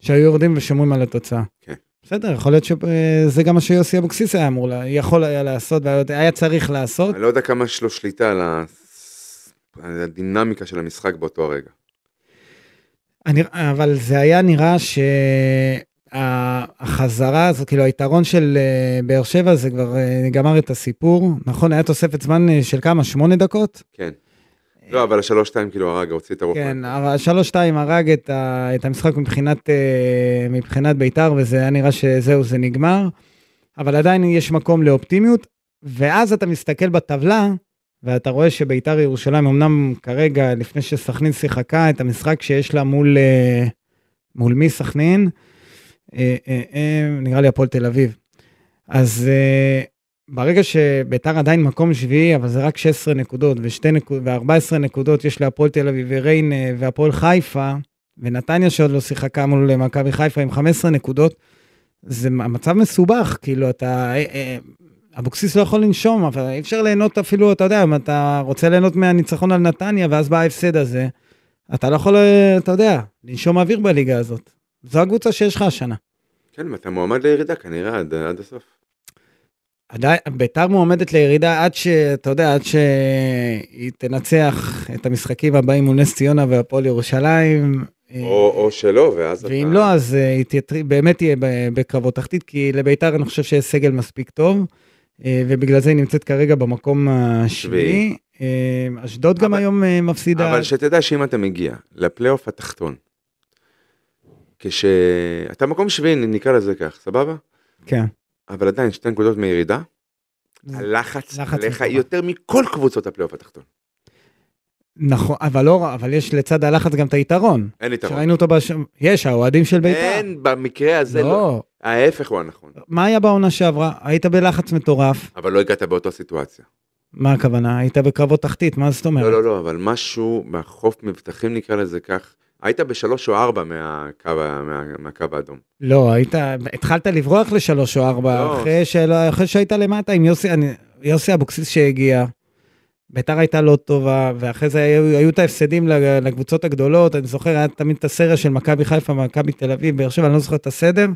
[SPEAKER 2] שהיו יורדים ושומרים על התוצאה.
[SPEAKER 3] כן.
[SPEAKER 2] בסדר, יכול להיות שזה גם מה שיוסי אבוקסיס היה אמור, לה- יכול היה לעשות, והיה- היה צריך לעשות.
[SPEAKER 3] אני לא יודע כמה יש לו שליטה על ה- על הדינמיקה של המשחק באותו הרגע.
[SPEAKER 2] אני, אבל זה היה נראה שהחזרה הזו, כאילו היתרון של אה, באר שבע זה כבר אה, גמר את הסיפור. נכון, היה תוספת זמן אה, של כמה? שמונה דקות?
[SPEAKER 3] כן. לא, אבל השלוש-שתיים כאילו הרג, הוציא את הרוח.
[SPEAKER 2] כן, השלוש-שתיים הרג את, ה, את המשחק מבחינת, אה, מבחינת בית"ר, וזה היה נראה שזהו, זה נגמר. אבל עדיין יש מקום לאופטימיות, ואז אתה מסתכל בטבלה, ואתה רואה שבית"ר ירושלים, אמנם כרגע, לפני שסכנין שיחקה את המשחק שיש לה מול, אה, מול מי סכנין? אה, אה, אה, נראה לי הפועל תל אביב. אז אה, ברגע שביתר עדיין מקום שביעי, אבל זה רק 16 נקודות, ושתי נקוד- ו-14 נקודות יש להפועל תל אביב וריינה והפועל חיפה, ונתניה שעוד לא שיחקה מול מכבי חיפה עם 15 נקודות, זה מ- מצב מסובך, כאילו אתה... אה, אה, אבוקסיס לא יכול לנשום, אבל אי אפשר ליהנות אפילו, אתה יודע, אם אתה רוצה ליהנות מהניצחון על נתניה, ואז בא ההפסד הזה, אתה לא יכול, אה, אתה יודע, לנשום אוויר בליגה הזאת. זו הקבוצה שיש לך השנה.
[SPEAKER 3] כן, ואתה מועמד לירידה כנראה עד עד הסוף.
[SPEAKER 2] עדיין, ביתר מועמדת לירידה עד שאתה יודע, עד שהיא תנצח את המשחקים הבאים מול נס ציונה והפועל ירושלים. אה,
[SPEAKER 3] או או שלא, ואז אתה...
[SPEAKER 2] ואם לא, אז אה, היא תהיה- באמת תהיה ב- בקרבות תחתית, כי לביתר אני חושב שיש סגל מספיק טוב, אה, ובגלל זה היא נמצאת כרגע במקום השביעי. אה, אשדוד גם
[SPEAKER 3] אבל-
[SPEAKER 2] היום אה, מפסידה.
[SPEAKER 3] אבל שתדע שאם אתה מגיע לפלייאוף התחתון, כש... אתה מקום שביעי, נקרא לזה כך, סבבה?
[SPEAKER 2] כן.
[SPEAKER 3] אבל עדיין שתי נקודות מירידה,
[SPEAKER 2] זה-
[SPEAKER 3] הלחץ
[SPEAKER 2] לחץ
[SPEAKER 3] עליך
[SPEAKER 2] מטורף.
[SPEAKER 3] יותר מכל קבוצות הפלייאוף התחתון.
[SPEAKER 2] נכון, אבל לא, אבל יש לצד הלחץ גם את היתרון.
[SPEAKER 3] אין יתרון.
[SPEAKER 2] שראינו אותו בש... יש, האוהדים של ביתר.
[SPEAKER 3] אין, במקרה הזה לא.
[SPEAKER 2] לא.
[SPEAKER 3] ההפך הוא הנכון.
[SPEAKER 2] מה היה בעונה שעברה? היית בלחץ מטורף.
[SPEAKER 3] אבל לא הגעת באותה סיטואציה.
[SPEAKER 2] מה הכוונה? היית בקרבות תחתית, מה זאת אומרת?
[SPEAKER 3] לא, לא, לא, אבל משהו בחוף מבטחים נקרא לזה כך. היית בשלוש או ארבע מהקו, ה- מה, מהקו האדום.
[SPEAKER 2] לא, היית, התחלת לברוח לשלוש או ארבע,
[SPEAKER 3] לא.
[SPEAKER 2] אחרי, שלא, אחרי שהיית למטה עם יוסי, אני, יוסי אבוקסיס שהגיע. ביתר הייתה לא טובה, ואחרי זה היו, היו את ההפסדים ל- לקבוצות הגדולות, אני זוכר, היה תמיד את הסריה של מכבי חיפה, מכבי תל אביב, באר שבע, אני לא זוכר את הסדר.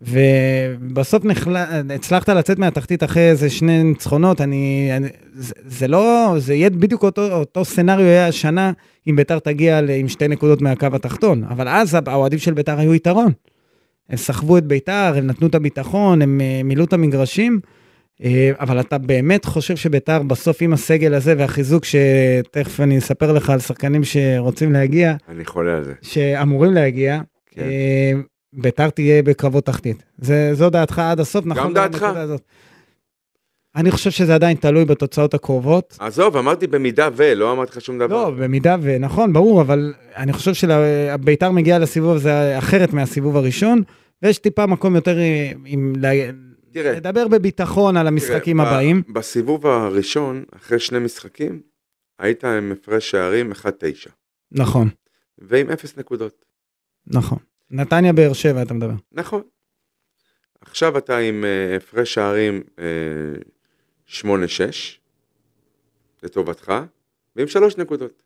[SPEAKER 2] ובסוף נחל... הצלחת לצאת מהתחתית אחרי איזה שני ניצחונות, אני... אני... זה, זה לא... זה יהיה בדיוק אותו, אותו סצנריו יהיה השנה, אם ביתר תגיע ל... עם שתי נקודות מהקו התחתון. אבל אז האוהדים של ביתר היו יתרון. הם סחבו את ביתר, הם נתנו את הביטחון, הם אה, מילאו את המגרשים, אה, אבל אתה באמת חושב שביתר בסוף עם הסגל הזה והחיזוק, שתכף אני אספר לך על שחקנים שרוצים להגיע,
[SPEAKER 3] אני חולה על זה.
[SPEAKER 2] שאמורים להגיע,
[SPEAKER 3] כן.
[SPEAKER 2] אה, ביתר תהיה בקרבות תחתית. זה, זו דעתך עד הסוף, נכון?
[SPEAKER 3] דעתך.
[SPEAKER 2] בנקודה הזאת. אני חושב שזה עדיין תלוי בתוצאות הקרובות.
[SPEAKER 3] עזוב, אמרתי במידה ו, לא אמרתי לך שום דבר.
[SPEAKER 2] לא, במידה ונכון, ברור, אבל אני חושב שביתר מגיעה לסיבוב הזה אחרת מהסיבוב הראשון, ויש טיפה מקום יותר אה, עם... ל-
[SPEAKER 3] תראה.
[SPEAKER 2] לדבר בביטחון על המשחקים
[SPEAKER 3] תראה, ב-
[SPEAKER 2] הבאים.
[SPEAKER 3] בסיבוב הראשון, אחרי שני משחקים, היית עם הפרש שערים 1-9,
[SPEAKER 2] נכון,
[SPEAKER 3] ועם 0 נקודות.
[SPEAKER 2] נכון. נתניה באר שבע אתה מדבר.
[SPEAKER 3] נכון. עכשיו אתה עם אה, הפרש שערים אה, 8-6, לטובתך, ועם שלוש נקודות.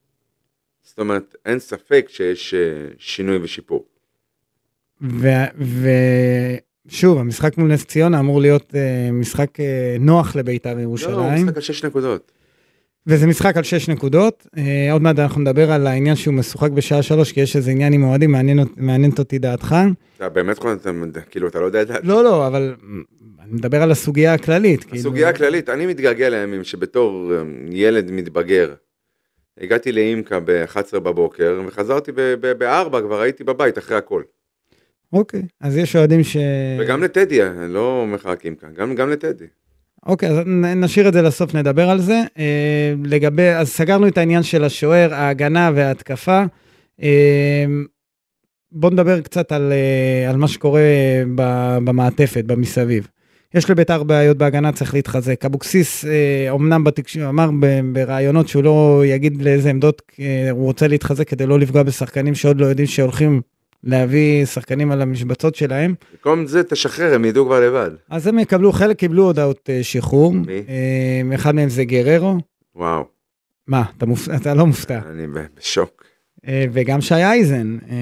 [SPEAKER 3] זאת אומרת, אין ספק שיש אה, שינוי ושיפור.
[SPEAKER 2] ושוב, המשחק מול נס ציונה אמור להיות אה, משחק אה, נוח לבית"ר ירושלים.
[SPEAKER 3] לא, הוא משחק על 6 נקודות.
[SPEAKER 2] וזה משחק על 6 נקודות. אה, עוד מעט אנחנו נדבר על העניין שהוא משוחק בשעה 3, כי יש איזה עניין עם אוהדים, מעניין אות- מעניינת אותי דעתך.
[SPEAKER 3] אתה באמת חושב, אתה- כאילו, אתה לא יודע את זה.
[SPEAKER 2] לא, לא, אבל אני מדבר על הסוגיה הכללית. כאילו.
[SPEAKER 3] הסוגיה הכללית, אני מתגעגע לימים שבתור אמ, ילד מתבגר, הגעתי לאימקה ב-11 בבוקר, וחזרתי ב-4 כבר הייתי בבית אחרי הכל.
[SPEAKER 2] אוקיי, אז יש אוהדים ש...
[SPEAKER 3] וגם לטדי, אני לא אומר לך רק אימקה, גם גם לטדי.
[SPEAKER 2] אוקיי, אז נ- נשאיר את זה לסוף, נדבר על זה. אה, לגבי, אז סגרנו את העניין של השוער, ההגנה וההתקפה. אה, בוא נדבר קצת על, אה, על מה שקורה ב- במעטפת, במסביב. יש לביתר בעיות בהגנה, צריך להתחזק. אבוקסיס אה, אומנם בתקשור, אמר ב- בראיונות שהוא לא יגיד לאיזה עמדות אה, הוא רוצה להתחזק כדי לא לפגוע בשחקנים שעוד לא יודעים שהולכים להביא שחקנים על המשבצות שלהם.
[SPEAKER 3] במקום זה תשחרר, הם ידעו כבר לבד.
[SPEAKER 2] אז הם יקבלו, חלק קיבלו הודעות אה, שחרור.
[SPEAKER 3] מי?
[SPEAKER 2] אה, אחד מהם זה גררו.
[SPEAKER 3] וואו,
[SPEAKER 2] מה, אתה, מופ... אתה לא מופתע.
[SPEAKER 3] אני ב- בשוק.
[SPEAKER 2] אה, וגם שי אייזן. אה,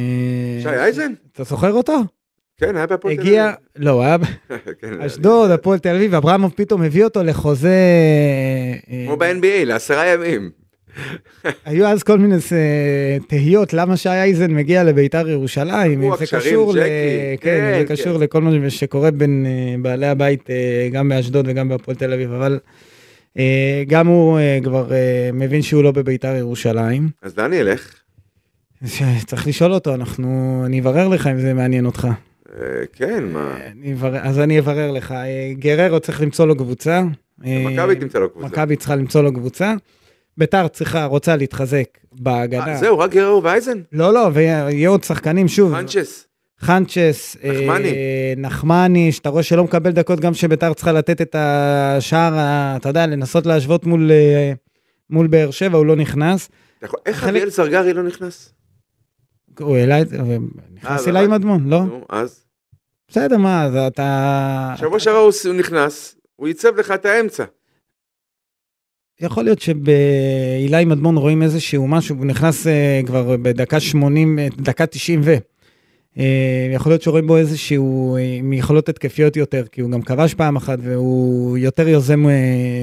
[SPEAKER 3] שי אייזן?
[SPEAKER 2] אתה זוכר אותו?
[SPEAKER 3] כן, היה בהפועל תל
[SPEAKER 2] הגיע, לא, הוא היה
[SPEAKER 3] אביב. (laughs) כן, היה-
[SPEAKER 2] באשדוד, הפועל תל אביב, אברמוב פתאום הביא אותו לחוזה... אה,
[SPEAKER 3] כמו ב-NBA, לעשרה ימים.
[SPEAKER 2] היו אז כל מיני אה, תהיות למה שי אייזן מגיע לביתר ירושלים,
[SPEAKER 3] הוא
[SPEAKER 2] אם זה
[SPEAKER 3] הקשרים,
[SPEAKER 2] קשור, ל...
[SPEAKER 3] ג'קי,
[SPEAKER 2] כן, אם
[SPEAKER 3] כן,
[SPEAKER 2] זה קשור לכל מה שקורה בין אה, בעלי הבית, אה, גם באשדוד וגם בהפועל תל אביב, אבל אה, גם הוא אה, כבר אה, מבין שהוא לא בביתר ירושלים.
[SPEAKER 3] אז לאן אני אלך?
[SPEAKER 2] ש- צריך לשאול אותו, אנחנו... אני אברר לך אם זה מעניין אותך.
[SPEAKER 3] אה, כן, מה?
[SPEAKER 2] אני אברר, אז אני אברר לך. אה, גררו צריך למצוא לו קבוצה. אה,
[SPEAKER 3] מכבי תמצא לו קבוצה.
[SPEAKER 2] מכבי צריכה למצוא לו קבוצה. ביתר צריכה, רוצה להתחזק בהגנה.
[SPEAKER 3] אה, זהו, רק גררו ואייזן?
[SPEAKER 2] לא, לא, ויהיה עוד שחקנים, שוב,
[SPEAKER 3] פאנצ'ס.
[SPEAKER 2] חנצ'ס,
[SPEAKER 3] נחמני.
[SPEAKER 2] אה, נחמני, שאתה רואה שלא מקבל דקות, גם שביתר צריכה לתת את השער, ה- אתה יודע, לנסות להשוות מול, אה, מול באר שבע, הוא לא נכנס.
[SPEAKER 3] אתה יכול- איך
[SPEAKER 2] חלק-
[SPEAKER 3] אביאל סרגרי לא נכנס?
[SPEAKER 2] הוא העלה את זה, אבל נכנס
[SPEAKER 3] אבל-
[SPEAKER 2] אליי עם אדמון, לא?
[SPEAKER 3] אה, נו, אז?
[SPEAKER 2] בסדר, מה, אז אתה...
[SPEAKER 3] שבוע שעבר הוא ס- הוא נכנס, הוא ייצב לך את האמצע.
[SPEAKER 2] יכול להיות שבעילי מדמון רואים איזשהו משהו, הוא נכנס אה, כבר בדקה 80, אה, דקה 90 ו... אה, יכול להיות שרואים בו איזשהו, אה, עם יכולות התקפיות יותר, כי הוא גם כבש פעם אחת והוא יותר יוזם אה,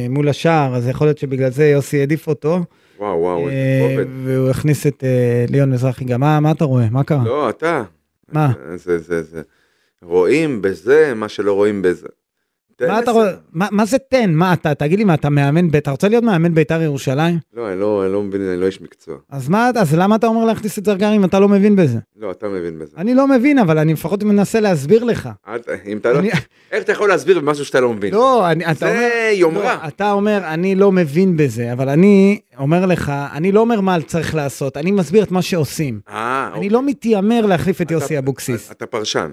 [SPEAKER 2] מול השער, אז יכול להיות שבגלל זה יוסי העדיף אותו,
[SPEAKER 3] וואו, וואו, איזה
[SPEAKER 2] אה,
[SPEAKER 3] כובד.
[SPEAKER 2] והוא הכניס את אה, ליאון מזרחי גם. מה מה אתה רואה? מה קרה?
[SPEAKER 3] לא, אתה.
[SPEAKER 2] מה?
[SPEAKER 3] זה, זה, זה. רואים בזה מה שלא רואים בזה. תן
[SPEAKER 2] מה אתה
[SPEAKER 3] לזה.
[SPEAKER 2] רואה? מה מה זה תן? מה אתה? תגיד לי מה, אתה מאמן בית"ר? אתה רוצה להיות מאמן בית"ר ירושלים?
[SPEAKER 3] לא, אני לא, אני לא מבין, אני לא איש מקצוע.
[SPEAKER 2] אז מה, אז למה אתה אומר להכניס את זרגרי אם אתה לא מבין בזה?
[SPEAKER 3] לא, אתה מבין בזה.
[SPEAKER 2] אני לא מבין, אבל אני לפחות מנסה להסביר לך.
[SPEAKER 3] אל ת- אם אתה לא...
[SPEAKER 2] אני-
[SPEAKER 3] איך אתה יכול להסביר במשהו שאתה לא מבין?
[SPEAKER 2] לא, אני, אתה אומר...
[SPEAKER 3] זה יומרה.
[SPEAKER 2] לא, אתה אומר, אני לא מבין בזה, אבל אני אומר לך, אני לא אומר מה צריך לעשות, אני מסביר את מה שעושים.
[SPEAKER 3] אה,
[SPEAKER 2] אני לא מתיימר להחליף את
[SPEAKER 3] אתה-
[SPEAKER 2] יוסי אבוקסיס.
[SPEAKER 3] אתה פרשן.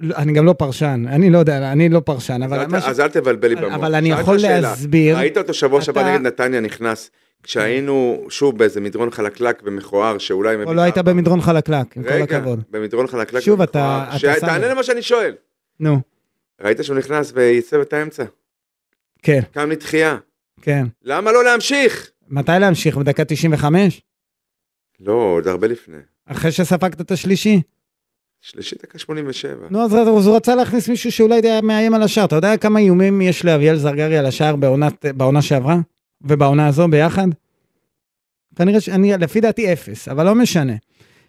[SPEAKER 2] לא, אני גם לא פרשן, אני לא יודע, אני לא פרשן,
[SPEAKER 3] אז
[SPEAKER 2] אבל
[SPEAKER 3] אל ת-
[SPEAKER 2] מה ש-
[SPEAKER 3] אז אל תבלבל לי במוח.
[SPEAKER 2] אבל אני
[SPEAKER 3] שאלת
[SPEAKER 2] יכול
[SPEAKER 3] שאלה.
[SPEAKER 2] להסביר.
[SPEAKER 3] ראית אותו שבוע שעבר
[SPEAKER 2] אתה-
[SPEAKER 3] נגד נתניה נכנס, כשהיינו שוב באיזה מדרון חלקלק ומכוער, שאולי...
[SPEAKER 2] או לא היית במדרון חלקלק, עם כל
[SPEAKER 3] רגע,
[SPEAKER 2] הכבוד.
[SPEAKER 3] במדרון חלקלק
[SPEAKER 2] שוב, אתה-
[SPEAKER 3] ומכוער.
[SPEAKER 2] אתה
[SPEAKER 3] ש-
[SPEAKER 2] שם
[SPEAKER 3] תענה
[SPEAKER 2] לב.
[SPEAKER 3] למה שאני שואל.
[SPEAKER 2] נו,
[SPEAKER 3] ראית שהוא נכנס וייצב את האמצע?
[SPEAKER 2] כן,
[SPEAKER 3] קם לתחייה.
[SPEAKER 2] כן.
[SPEAKER 3] למה לא להמשיך?
[SPEAKER 2] מתי להמשיך? בדקה 95?
[SPEAKER 3] לא, עוד הרבה לפני.
[SPEAKER 2] אחרי שספגת את השלישי?
[SPEAKER 3] שלישי דקה 87.
[SPEAKER 2] נו, אז אז הוא רצה להכניס מישהו שאולי היה מאיים על השער. אתה יודע כמה איומים יש לאביאל זרגרי על השער בעונת, בעונה שעברה? ובעונה הזו ביחד? כנראה שאני, לפי דעתי אפס, אבל לא משנה.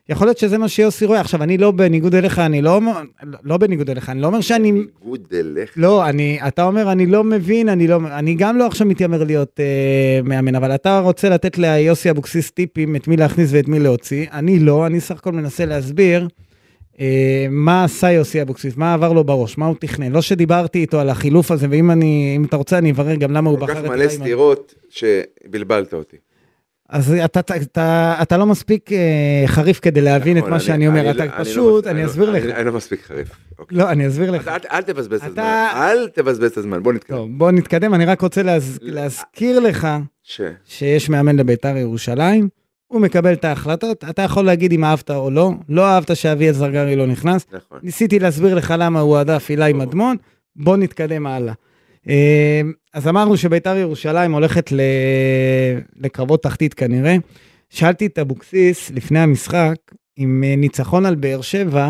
[SPEAKER 2] יכול להיות שזה מה שיוסי רואה. עכשיו, אני לא בניגוד אליך, אני לא אומר, לא בניגוד אליך, אני לא אומר שאני...
[SPEAKER 3] ניגוד אליך.
[SPEAKER 2] לא, אני, אתה אומר, אני לא מבין, אני לא, אני גם לא עכשיו מתיימר להיות אה, מאמן, אבל אתה רוצה לתת ליוסי אבוקסיס טיפים את מי להכניס ואת מי להוציא, אני לא, אני סך הכל מנסה להסביר אה, מה עשה יוסי אבוקסיס, מה עבר לו בראש, מה הוא תכנן. לא שדיברתי איתו על החילוף הזה, ואם אני, אם אתה רוצה, אני אברר גם למה הוא
[SPEAKER 3] כל
[SPEAKER 2] בחר
[SPEAKER 3] כך
[SPEAKER 2] את
[SPEAKER 3] מלא
[SPEAKER 2] איימן.
[SPEAKER 3] סתירות שבלבלת אותי.
[SPEAKER 2] אז אתה, אתה, אתה, אתה לא מספיק אה, חריף כדי להבין את
[SPEAKER 3] נכון,
[SPEAKER 2] מה
[SPEAKER 3] אני-
[SPEAKER 2] שאני אומר,
[SPEAKER 3] אני
[SPEAKER 2] אתה
[SPEAKER 3] לא- אני לא
[SPEAKER 2] פשוט,
[SPEAKER 3] מס-
[SPEAKER 2] אני
[SPEAKER 3] לא-
[SPEAKER 2] אסביר
[SPEAKER 3] אני-
[SPEAKER 2] לך.
[SPEAKER 3] אני לא מספיק חריף. אוקיי.
[SPEAKER 2] לא, אני אסביר לך.
[SPEAKER 3] אז אל- אל תבזבז את
[SPEAKER 2] אתה-
[SPEAKER 3] הזמן. אל תבזבז את הזמן. בוא נתקדם.
[SPEAKER 2] טוב, בוא נתקדם, אני רק רוצה להז...
[SPEAKER 3] לא.
[SPEAKER 2] להזכיר לך
[SPEAKER 3] ש-
[SPEAKER 2] שיש מאמן לביתר ירושלים, הוא מקבל את ההחלטות, אתה יכול להגיד אם אהבת או לא, לא אהבת שאבי אזרגרי לא נכנס,
[SPEAKER 3] נכון.
[SPEAKER 2] ניסיתי להסביר לך למה הוא הועדף אילי
[SPEAKER 3] ברור.
[SPEAKER 2] מדמון, בוא נתקדם הלאה. אה, אז אמרנו שביתר ירושלים הולכת ל... לקרבות תחתית כנראה. שאלתי את אבוקסיס לפני המשחק, עם אה, ניצחון על באר שבע,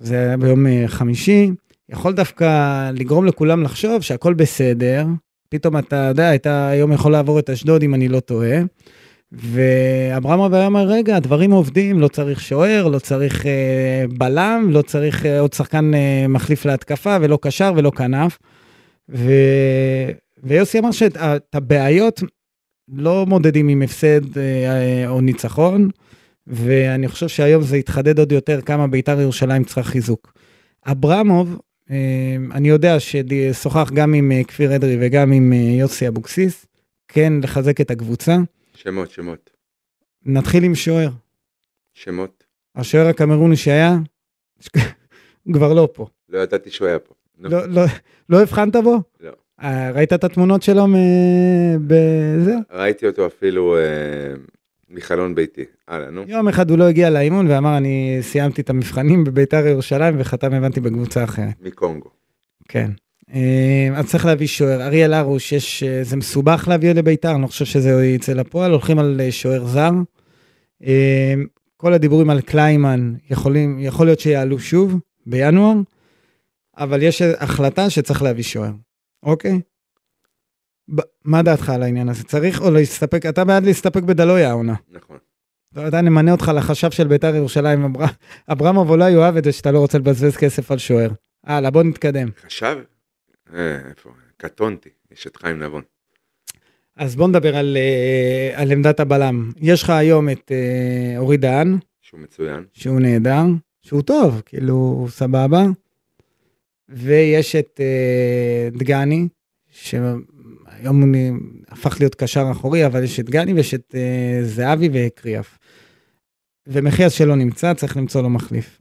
[SPEAKER 2] זה היה ביום אה, חמישי, יכול דווקא לגרום לכולם לחשוב שהכל בסדר, פתאום אתה יודע, אתה היום יכול לעבור את אשדוד אם אני לא טועה. ואברמוב היה אומר, רגע, הדברים עובדים, לא צריך שוער, לא צריך אה, בלם, לא צריך אה, עוד שחקן אה, מחליף להתקפה, ולא קשר ולא כנף. ו... ויוסי אמר שאת ה- את הבעיות לא מודדים עם הפסד אה, אה, או ניצחון, ואני חושב שהיום זה התחדד עוד יותר כמה בית"ר ירושלים צריך חיזוק. אברמוב, אה, אני יודע ששוחח גם עם אה, כפיר אדרי וגם עם אה, יוסי אבוקסיס, כן לחזק את הקבוצה.
[SPEAKER 3] שמות, שמות.
[SPEAKER 2] נתחיל עם שוער.
[SPEAKER 3] שמות.
[SPEAKER 2] השוער הקמרוני שהיה, הוא כבר לא פה.
[SPEAKER 3] לא ידעתי שהוא היה פה. נכון. נו,
[SPEAKER 2] לא, לא, לא הבחנת בו?
[SPEAKER 3] לא.
[SPEAKER 2] אה, ראית את התמונות שלו מ... בזה?
[SPEAKER 3] ראיתי אותו אפילו אה, מחלון ביתי. הלאה, נו.
[SPEAKER 2] יום אחד הוא לא הגיע לאימון ואמר, אני סיימתי את המבחנים בביתר ירושלים וחתם הבנתי בקבוצה אחרת.
[SPEAKER 3] מקונגו.
[SPEAKER 2] כן. אה, אז צריך להביא שוער. אריאל הרוש, יש, אה, זה מסובך להביא לביתר, אני לא חושב שזה יצא לפועל, הולכים על אה, שוער זר. אה, כל הדיבורים על קליימן יכולים, יכול להיות שיעלו שוב בינואר, אבל יש החלטה שצריך להביא שוער, אוקיי? ב- מה דעתך על העניין הזה? צריך או להסתפק, אתה בעד להסתפק בדלויה העונה.
[SPEAKER 3] נכון.
[SPEAKER 2] אתה יודע, נמנה אותך לחשב של ביתר ירושלים, אמרה- אברמוב אולי יאהב את זה שאתה לא רוצה לבזבז כסף על שוער. הלאה, בוא נתקדם.
[SPEAKER 3] חשב? אה, איפה? קטונתי. יש את חיים נבון.
[SPEAKER 2] אז בוא נדבר על, אה, על עמדת הבלם. יש לך היום את אה, אורי דהן,
[SPEAKER 3] שהוא מצוין.
[SPEAKER 2] שהוא נהדר, שהוא טוב, כאילו, הוא סבבה. ויש את אה, דגני, שהיום הוא נ- הפך להיות קשר אחורי, אבל יש את דגני ויש את אה, זהבי וקריאף. ומחיאס שלא נמצא, צריך למצוא לו מחליף.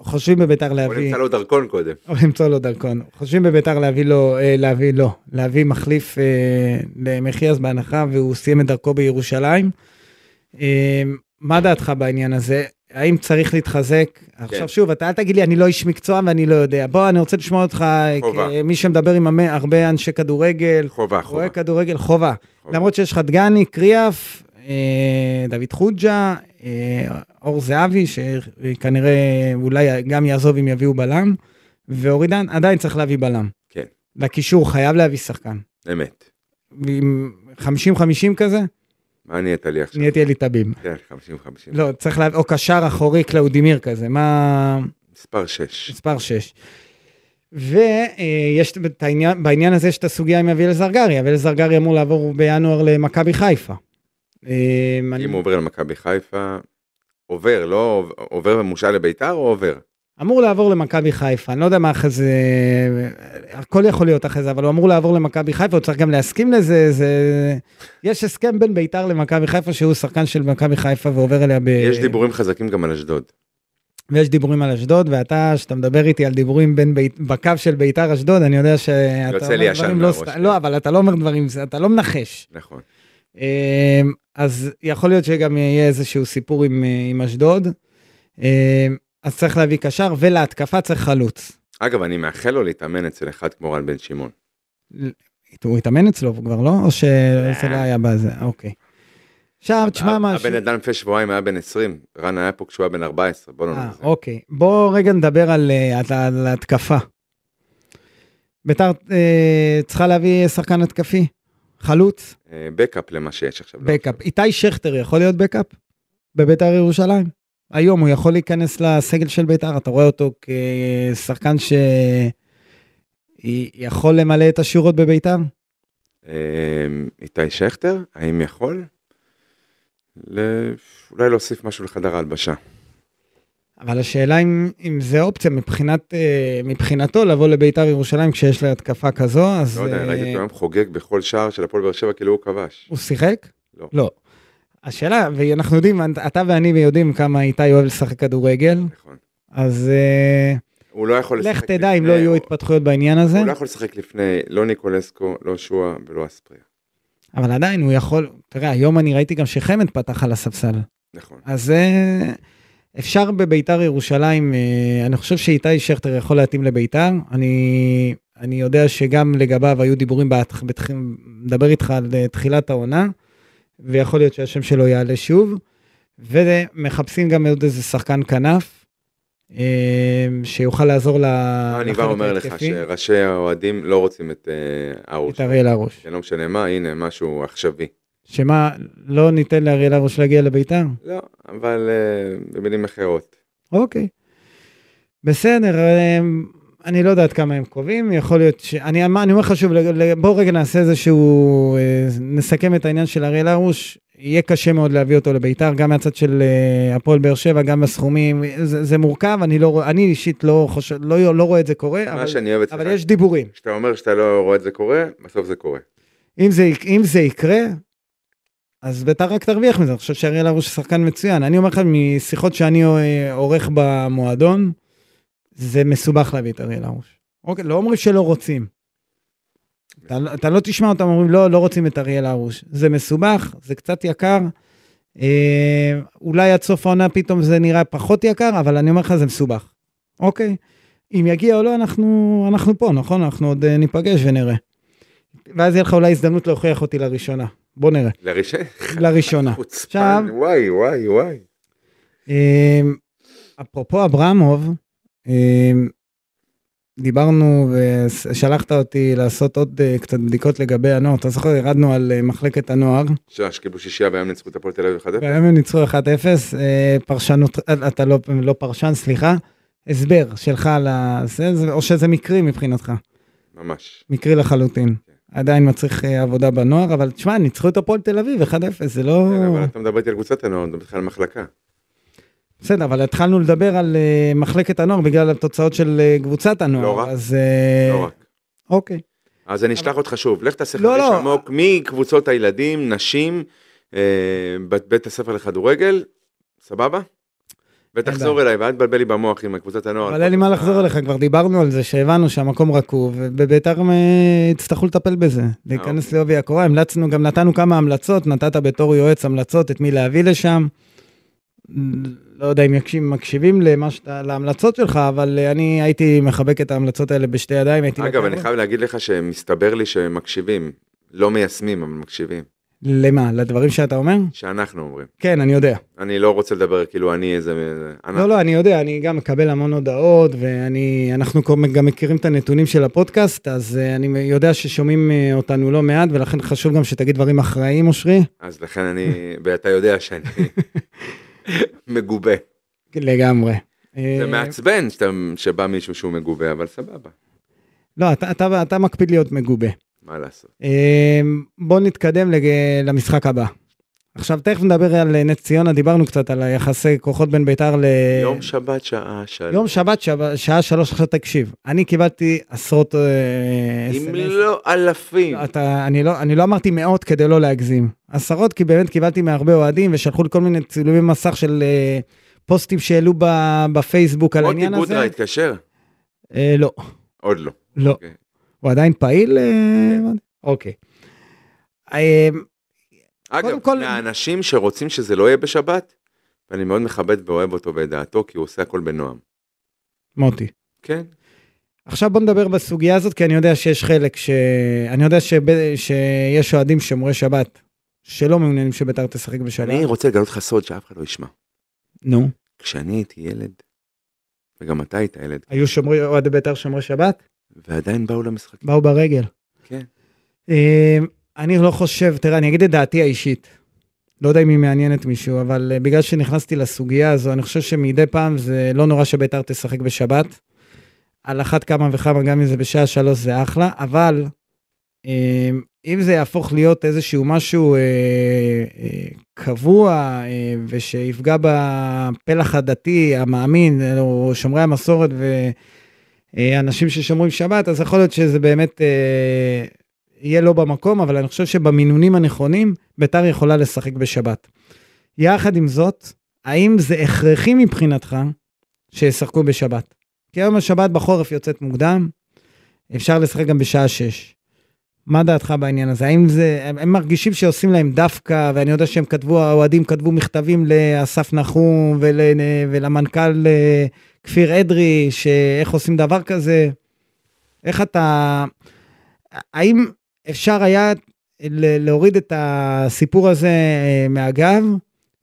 [SPEAKER 2] חושבים בביתר
[SPEAKER 3] בוא
[SPEAKER 2] להביא...
[SPEAKER 3] נמצא לו דרכון קודם.
[SPEAKER 2] או למצוא לו דרכון. חושבים בביתר להביא לו, אה, להביא לא, להביא מחליף אה, למחיאס בהנחה, והוא סיים את דרכו בירושלים. אה, מה דעתך בעניין הזה? האם צריך להתחזק? עכשיו שוב, אתה אל תגיד לי, אני לא איש מקצוע ואני לא יודע. בוא, אני רוצה לשמוע אותך אה,
[SPEAKER 3] חובה.
[SPEAKER 2] כמי שמדבר עם המ- הרבה אנשי כדורגל,
[SPEAKER 3] חובה, חובה.
[SPEAKER 2] רואה כדורגל, חובה.
[SPEAKER 3] חובה.
[SPEAKER 2] למרות שיש לך דגני, קריאף, אה, דוד חוג'ה, אה, אור זהבי, שכנראה אולי גם יעזוב אם יביאו בלם, ואורידן, עדיין צריך להביא בלם.
[SPEAKER 3] כן.
[SPEAKER 2] לקישור חייב להביא שחקן.
[SPEAKER 3] אמת.
[SPEAKER 2] עם 50-50 כזה,
[SPEAKER 3] מה נהיית לי עכשיו?
[SPEAKER 2] נהייתי אלי תביב.
[SPEAKER 3] כן, 50-50.
[SPEAKER 2] לא, צריך להביא, או קשר אחורי קלאודימיר כזה, מה...
[SPEAKER 3] מספר 6.
[SPEAKER 2] מספר 6. ויש בעניין הזה יש את הסוגיה עם אביאל זרגרי, אביאל זרגרי אמור לעבור בינואר למכבי חיפה. אה, אני-
[SPEAKER 3] אם הוא עובר למכבי חיפה, עובר, לא עוב- עובר ומושל לביתר או עובר?
[SPEAKER 2] אמור לעבור למכבי חיפה, אני לא יודע מה אחרי זה, הכל יכול להיות אחרי זה, אבל הוא אמור לעבור למכבי חיפה, הוא צריך גם להסכים לזה, זה... יש הסכם בין ביתר למכבי חיפה שהוא שחקן של מכבי חיפה ועובר אליה ב...
[SPEAKER 3] יש דיבורים חזקים גם על אשדוד.
[SPEAKER 2] ויש דיבורים על אשדוד, ואתה, כשאתה מדבר איתי על דיבורים בין בית... בקו של ביתר אשדוד, אני יודע שאתה
[SPEAKER 3] יוצא לי
[SPEAKER 2] אומר
[SPEAKER 3] עשן
[SPEAKER 2] דברים לא...
[SPEAKER 3] מהראש,
[SPEAKER 2] סת-
[SPEAKER 3] כן.
[SPEAKER 2] לא, אבל אתה לא אומר דברים, אתה לא מנחש.
[SPEAKER 3] נכון.
[SPEAKER 2] אמ, אז יכול להיות שגם יהיה איזשהו סיפור עם, אה, עם אשדוד. אמ, אז צריך להביא קשר, ולהתקפה צריך חלוץ.
[SPEAKER 3] אגב, אני מאחל לו להתאמן אצל אחד כמו רן בן שמעון.
[SPEAKER 2] הוא התאמן אצלו הוא כבר, לא? או שזה לא היה בזה? אוקיי. עכשיו, אה, תשמע משהו.
[SPEAKER 3] אה. הבן אדם לפני שבועיים היה בן 20, רן היה פה כשהוא היה בן 14, בוא לא
[SPEAKER 2] אה,
[SPEAKER 3] נאמר. את זה.
[SPEAKER 2] אוקיי. בוא רגע נדבר על, אה, על, על התקפה. ביתר אה, צריכה להביא שחקן התקפי, חלוץ,
[SPEAKER 3] אה, בקאפ למה שיש עכשיו. לא
[SPEAKER 2] בקאפ.
[SPEAKER 3] עכשיו.
[SPEAKER 2] איתי שכטר יכול להיות בקאפ בביתר ירושלים? היום הוא יכול להיכנס לסגל של ביתר, אתה רואה אותו כשחקן שיכול למלא את השורות בביתר?
[SPEAKER 3] אה, איתי שכטר, האם יכול? ל- אולי להוסיף משהו לחדר ההלבשה.
[SPEAKER 2] אבל השאלה אם, אם זה אופציה מבחינת, אה, מבחינתו לבוא לביתר ירושלים כשיש לה התקפה כזו, אז
[SPEAKER 3] לא יודע,
[SPEAKER 2] אה,
[SPEAKER 3] ראיתי אותו היום חוגג בכל שער של הפועל באר שבע כאילו הוא
[SPEAKER 2] (laughs)
[SPEAKER 3] כבש.
[SPEAKER 2] הוא שיחק?
[SPEAKER 3] לא.
[SPEAKER 2] לא. השאלה, ואנחנו יודעים, אתה ואני יודעים כמה איתי אוהב לשחק כדורגל,
[SPEAKER 3] נכון.
[SPEAKER 2] אז אה,
[SPEAKER 3] הוא לא יכול לשחק
[SPEAKER 2] לך תדע אם
[SPEAKER 3] לפני,
[SPEAKER 2] לא יהיו
[SPEAKER 3] או-
[SPEAKER 2] התפתחויות בעניין הזה.
[SPEAKER 3] הוא לא יכול לשחק לפני לא ניקולסקו, לא שואה ולא אספריה.
[SPEAKER 2] אבל עדיין הוא יכול, תראה, היום אני ראיתי גם שחמד פתח על הספסל.
[SPEAKER 3] נכון.
[SPEAKER 2] אז זה... אפשר בביתר ירושלים, אה, אני חושב שאיתי שכטר יכול להתאים לביתר. אני, אני יודע שגם לגביו היו דיבורים, בהתח- בתח... מדבר איתך על אה, תחילת העונה, ויכול להיות שהשם שלו יעלה שוב. ומחפשים גם עוד איזה שחקן כנף, אה, שיוכל לעזור ל... אה,
[SPEAKER 3] אני כבר אומר לך שראשי האוהדים לא רוצים את אה,
[SPEAKER 2] את
[SPEAKER 3] הרוש.
[SPEAKER 2] אריאל הרוש.
[SPEAKER 3] זה לא משנה מה, הנה משהו עכשווי.
[SPEAKER 2] שמה, לא ניתן לאריאל הרוש להגיע לביתר?
[SPEAKER 3] לא, אבל אה, במילים אחרות.
[SPEAKER 2] אוקיי. בסדר, אמ, אני לא יודעת כמה הם קובעים, יכול להיות ש... אני, אמר- אני אומר לך שוב, לג- לג- בואו רגע נעשה איזשהו... אה, נסכם את העניין של אריאל הרוש, יהיה קשה מאוד להביא אותו לביתר, גם מהצד של אה, הפועל באר שבע, גם בסכומים, זה, זה מורכב, אני, לא, רוא- אני אישית לא, חושב, לא, לא רואה את זה קורה, אבל,
[SPEAKER 3] מה שאני אוהב אצלך,
[SPEAKER 2] אבל יש דיבורים.
[SPEAKER 3] כשאתה אומר שאתה לא רואה את זה קורה, בסוף זה קורה.
[SPEAKER 2] אם זה, יק- אם זה יקרה, אז ביתר רק תרוויח מזה, אני חושב שאריאל הרוש שחקן מצוין. אני אומר לך, משיחות שאני אה, עורך במועדון, זה מסובך להביא את אריאל הרוש. אוקיי, לא אומרים שלא רוצים. אתה, לא- אתה לא תשמע אותם אומרים, לא, לא רוצים את אריאל הרוש. זה מסובך, זה קצת יקר. אה, אולי עד סוף העונה פתאום זה נראה פחות יקר, אבל אני אומר לך, זה מסובך. אוקיי? אם יגיע או לא, אנחנו, אנחנו פה, נכון? אנחנו עוד אה, ניפגש ונראה. ואז יהיה לך אולי הזדמנות להוכיח אותי לראשונה. בוא
[SPEAKER 3] (laughs)
[SPEAKER 2] נראה.
[SPEAKER 3] לראשון, (laughs)
[SPEAKER 2] לראשונה. עכשיו-
[SPEAKER 3] חוצפן, וואי, וואי, וואי.
[SPEAKER 2] אמ, אפרופו אברמוב, אמ, דיברנו ושלחת אותי לעשות עוד אה, קצת בדיקות לגבי הנוער. אתה זוכר, ירדנו על אה, מחלקת הנוער,
[SPEAKER 3] שש, קיבלו שישייה והיום ניצחו את הפועל תל אביב 1-0.
[SPEAKER 2] והיום הם ניצחו 1-0. אה, פרשנות, אה, אתה לא, לא פרשן, סליחה. הסבר שלך על ה... זה- זה- או שזה מקרי מבחינתך. כן.
[SPEAKER 3] ממש.
[SPEAKER 2] מקרי לחלוטין.
[SPEAKER 3] כן.
[SPEAKER 2] עדיין מצריך אה, עבודה בנוער, אבל תשמע, ניצחו את הפועל תל אביב 1-0, זה לא...
[SPEAKER 3] כן, אבל אתה מדבר איתי על קבוצת הנוער, אתה מדבר איתך על מחלקה.
[SPEAKER 2] בסדר, אבל התחלנו לדבר על אה, מחלקת הנוער בגלל התוצאות של אה, קבוצת הנוער.
[SPEAKER 3] לא רק,
[SPEAKER 2] אז... אה,
[SPEAKER 3] לא רק.
[SPEAKER 2] אוקיי.
[SPEAKER 3] אז אני אשלח אותך שוב, לך תעשה
[SPEAKER 2] לא,
[SPEAKER 3] חדש
[SPEAKER 2] לא.
[SPEAKER 3] עמוק מקבוצות הילדים, נשים, אה, בת- בית הספר לכדורגל, סבבה? ותחזור
[SPEAKER 2] בעיה.
[SPEAKER 3] אליי, ואל תבלבל לי במוח עם קבוצת הנוער.
[SPEAKER 2] אבל אין לי מה לחזור אליך, כבר דיברנו על זה, שהבנו שהמקום רקוב, ובביתר אה, יצטרכו לטפל בזה. להיכנס
[SPEAKER 3] אוקיי.
[SPEAKER 2] לעובי הקורה, המלצנו, גם נתנו כמה המלצות, נתת בתור יועץ המלצות את מי להביא לשם. לא יודע אם יקשיב- מקשיבים למה שאתה- להמלצות שלך, אבל אה, אני הייתי מחבק את ההמלצות האלה בשתי ידיים, הייתי...
[SPEAKER 3] אגב,
[SPEAKER 2] לוקח-
[SPEAKER 3] אני חייב להגיד לך שמסתבר לי שהם מקשיבים. לא מיישמים, אבל מקשיבים.
[SPEAKER 2] למה? לדברים שאתה אומר?
[SPEAKER 3] שאנחנו אומרים.
[SPEAKER 2] כן, אני יודע.
[SPEAKER 3] אני לא רוצה לדבר כאילו אני איזה... אנחנו-
[SPEAKER 2] לא, לא, אני יודע, אני גם מקבל המון הודעות, ואנחנו גם מכירים את הנתונים של הפודקאסט, אז אה, אני יודע ששומעים אה, אותנו לא מעט, ולכן חשוב גם שתגיד דברים אחראיים, אושרי.
[SPEAKER 3] אז לכן אני, ואתה יודע שאני
[SPEAKER 2] (laughs)
[SPEAKER 3] מגובה.
[SPEAKER 2] לגמרי. אה,
[SPEAKER 3] זה מעצבן שאתה, שבא מישהו שהוא מגובה, אבל סבבה,
[SPEAKER 2] לא, אתה- אתה- אתה מקפיד להיות מגובה.
[SPEAKER 3] מה לעשות.
[SPEAKER 2] אה, בוא נתקדם לג- למשחק הבא. עכשיו, תכף נדבר על אה, נס ציונה, דיברנו קצת על היחסי כוחות בין ביתר ל...
[SPEAKER 3] יום שבת שעה שלוש.
[SPEAKER 2] אה, יום שבת, שב- שעה שלוש, עכשיו תקשיב. אני קיבלתי עשרות... אה,
[SPEAKER 3] אם
[SPEAKER 2] SMS.
[SPEAKER 3] לא אלפים.
[SPEAKER 2] אתה, אני, לא, אני לא אמרתי מאות כדי לא להגזים. עשרות, כי באמת קיבלתי מהרבה אוהדים ושלחו לי כל מיני צילומי מסך של אה, פוסטים שהעלו ב, בפייסבוק על
[SPEAKER 3] מוטי
[SPEAKER 2] העניין הזה.
[SPEAKER 3] בודרה התקשר?
[SPEAKER 2] אה, לא,
[SPEAKER 3] עוד לא.
[SPEAKER 2] לא.
[SPEAKER 3] אוקיי.
[SPEAKER 2] הוא עדיין פעיל? אה, אוקיי. אה, קודם
[SPEAKER 3] אגב,
[SPEAKER 2] כל-
[SPEAKER 3] מהאנשים שרוצים שזה לא יהיה בשבת, ואני מאוד מכבד ואוהב אותו ואת דעתו, כי הוא עושה הכל בנועם.
[SPEAKER 2] מוטי.
[SPEAKER 3] כן?
[SPEAKER 2] עכשיו בוא נדבר בסוגיה הזאת, כי אני יודע שיש חלק ש... אני יודע שב... שיש אוהדים שומרי שבת, שלא מעוניינים שבית"ר תשחק בשבת.
[SPEAKER 3] אני רוצה לגלות לך סוד שאף אחד לא ישמע.
[SPEAKER 2] נו.
[SPEAKER 3] כשאני הייתי ילד, וגם אתה היית ילד,
[SPEAKER 2] היו שומרי, אוהדי בית"ר שומרי שבת?
[SPEAKER 3] ועדיין באו למשחקים.
[SPEAKER 2] באו ברגל.
[SPEAKER 3] כן.
[SPEAKER 2] אה, אני לא חושב, תראה, אני אגיד את דעתי האישית. לא יודע אם היא מעניינת מישהו, אבל אה, בגלל שנכנסתי לסוגיה הזו, אני חושב שמדי פעם זה לא נורא שביתר תשחק בשבת. על אחת כמה וכמה, גם אם זה בשעה שלוש זה אחלה, אבל אה, אם זה יהפוך להיות איזשהו משהו אה, אה, קבוע אה, ושיפגע בפלח הדתי, המאמין, אה, או שומרי המסורת ו... אה, אנשים ששומרים שבת, אז יכול להיות שזה באמת אה, יהיה לא במקום, אבל אני חושב שבמינונים הנכונים, ביתר יכולה לשחק בשבת. יחד עם זאת, האם זה הכרחי מבחינתך שישחקו בשבת? כי היום השבת בחורף יוצאת מוקדם, אפשר לשחק גם בשעה 6. מה דעתך בעניין הזה? האם זה, הם, הם מרגישים שעושים להם דווקא, ואני יודע שהם כתבו, האוהדים כתבו מכתבים לאסף נחום ול, ולמנכ"ל אה, כפיר אדרי, שאיך עושים דבר כזה? איך אתה... האם אפשר היה ל- להוריד את הסיפור הזה אה, מהגב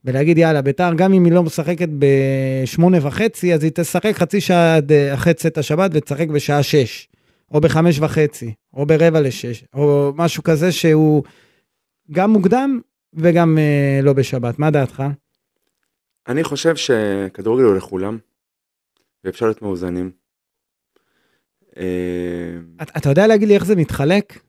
[SPEAKER 2] ולהגיד יאללה ביתר גם אם היא לא משחקת בשמונה וחצי אז היא תשחק חצי שעה עד, אה, אחרי צאת השבת ותשחק בשעה שש או בחמש וחצי או ברבע לשש או משהו כזה שהוא גם מוקדם וגם אה, לא בשבת מה דעתך?
[SPEAKER 3] אני חושב שכדורגל הוא לכולם, ואפשר להיות מאוזנים. אה,
[SPEAKER 2] אתה, אתה יודע להגיד לי איך זה מתחלק?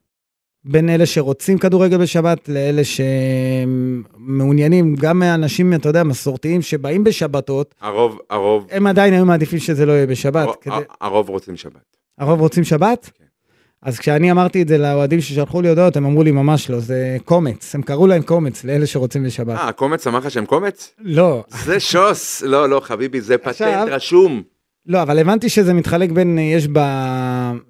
[SPEAKER 2] בין אלה שרוצים כדורגל בשבת לאלה שמעוניינים, גם אנשים, אתה יודע, מסורתיים שבאים בשבתות,
[SPEAKER 3] הרוב, הרוב,
[SPEAKER 2] הם עדיין היו מעדיפים שזה לא יהיה בשבת.
[SPEAKER 3] הרוב-
[SPEAKER 2] כדי...
[SPEAKER 3] הרוב רוצים שבת.
[SPEAKER 2] הרוב רוצים שבת?
[SPEAKER 3] אה. כן.
[SPEAKER 2] אז כשאני אמרתי את זה לאוהדים ששלחו לי הודעות, הם אמרו לי ממש לא, זה קומץ, הם קראו להם קומץ, לאלה שרוצים בשבת.
[SPEAKER 3] אה, הקומץ אמר לך שהם קומץ?
[SPEAKER 2] לא,
[SPEAKER 3] זה שוס! לא, לא, חביבי, זה
[SPEAKER 2] עכשיו-
[SPEAKER 3] פטנט רשום.
[SPEAKER 2] לא, אבל הבנתי שזה מתחלק בין, יש ב...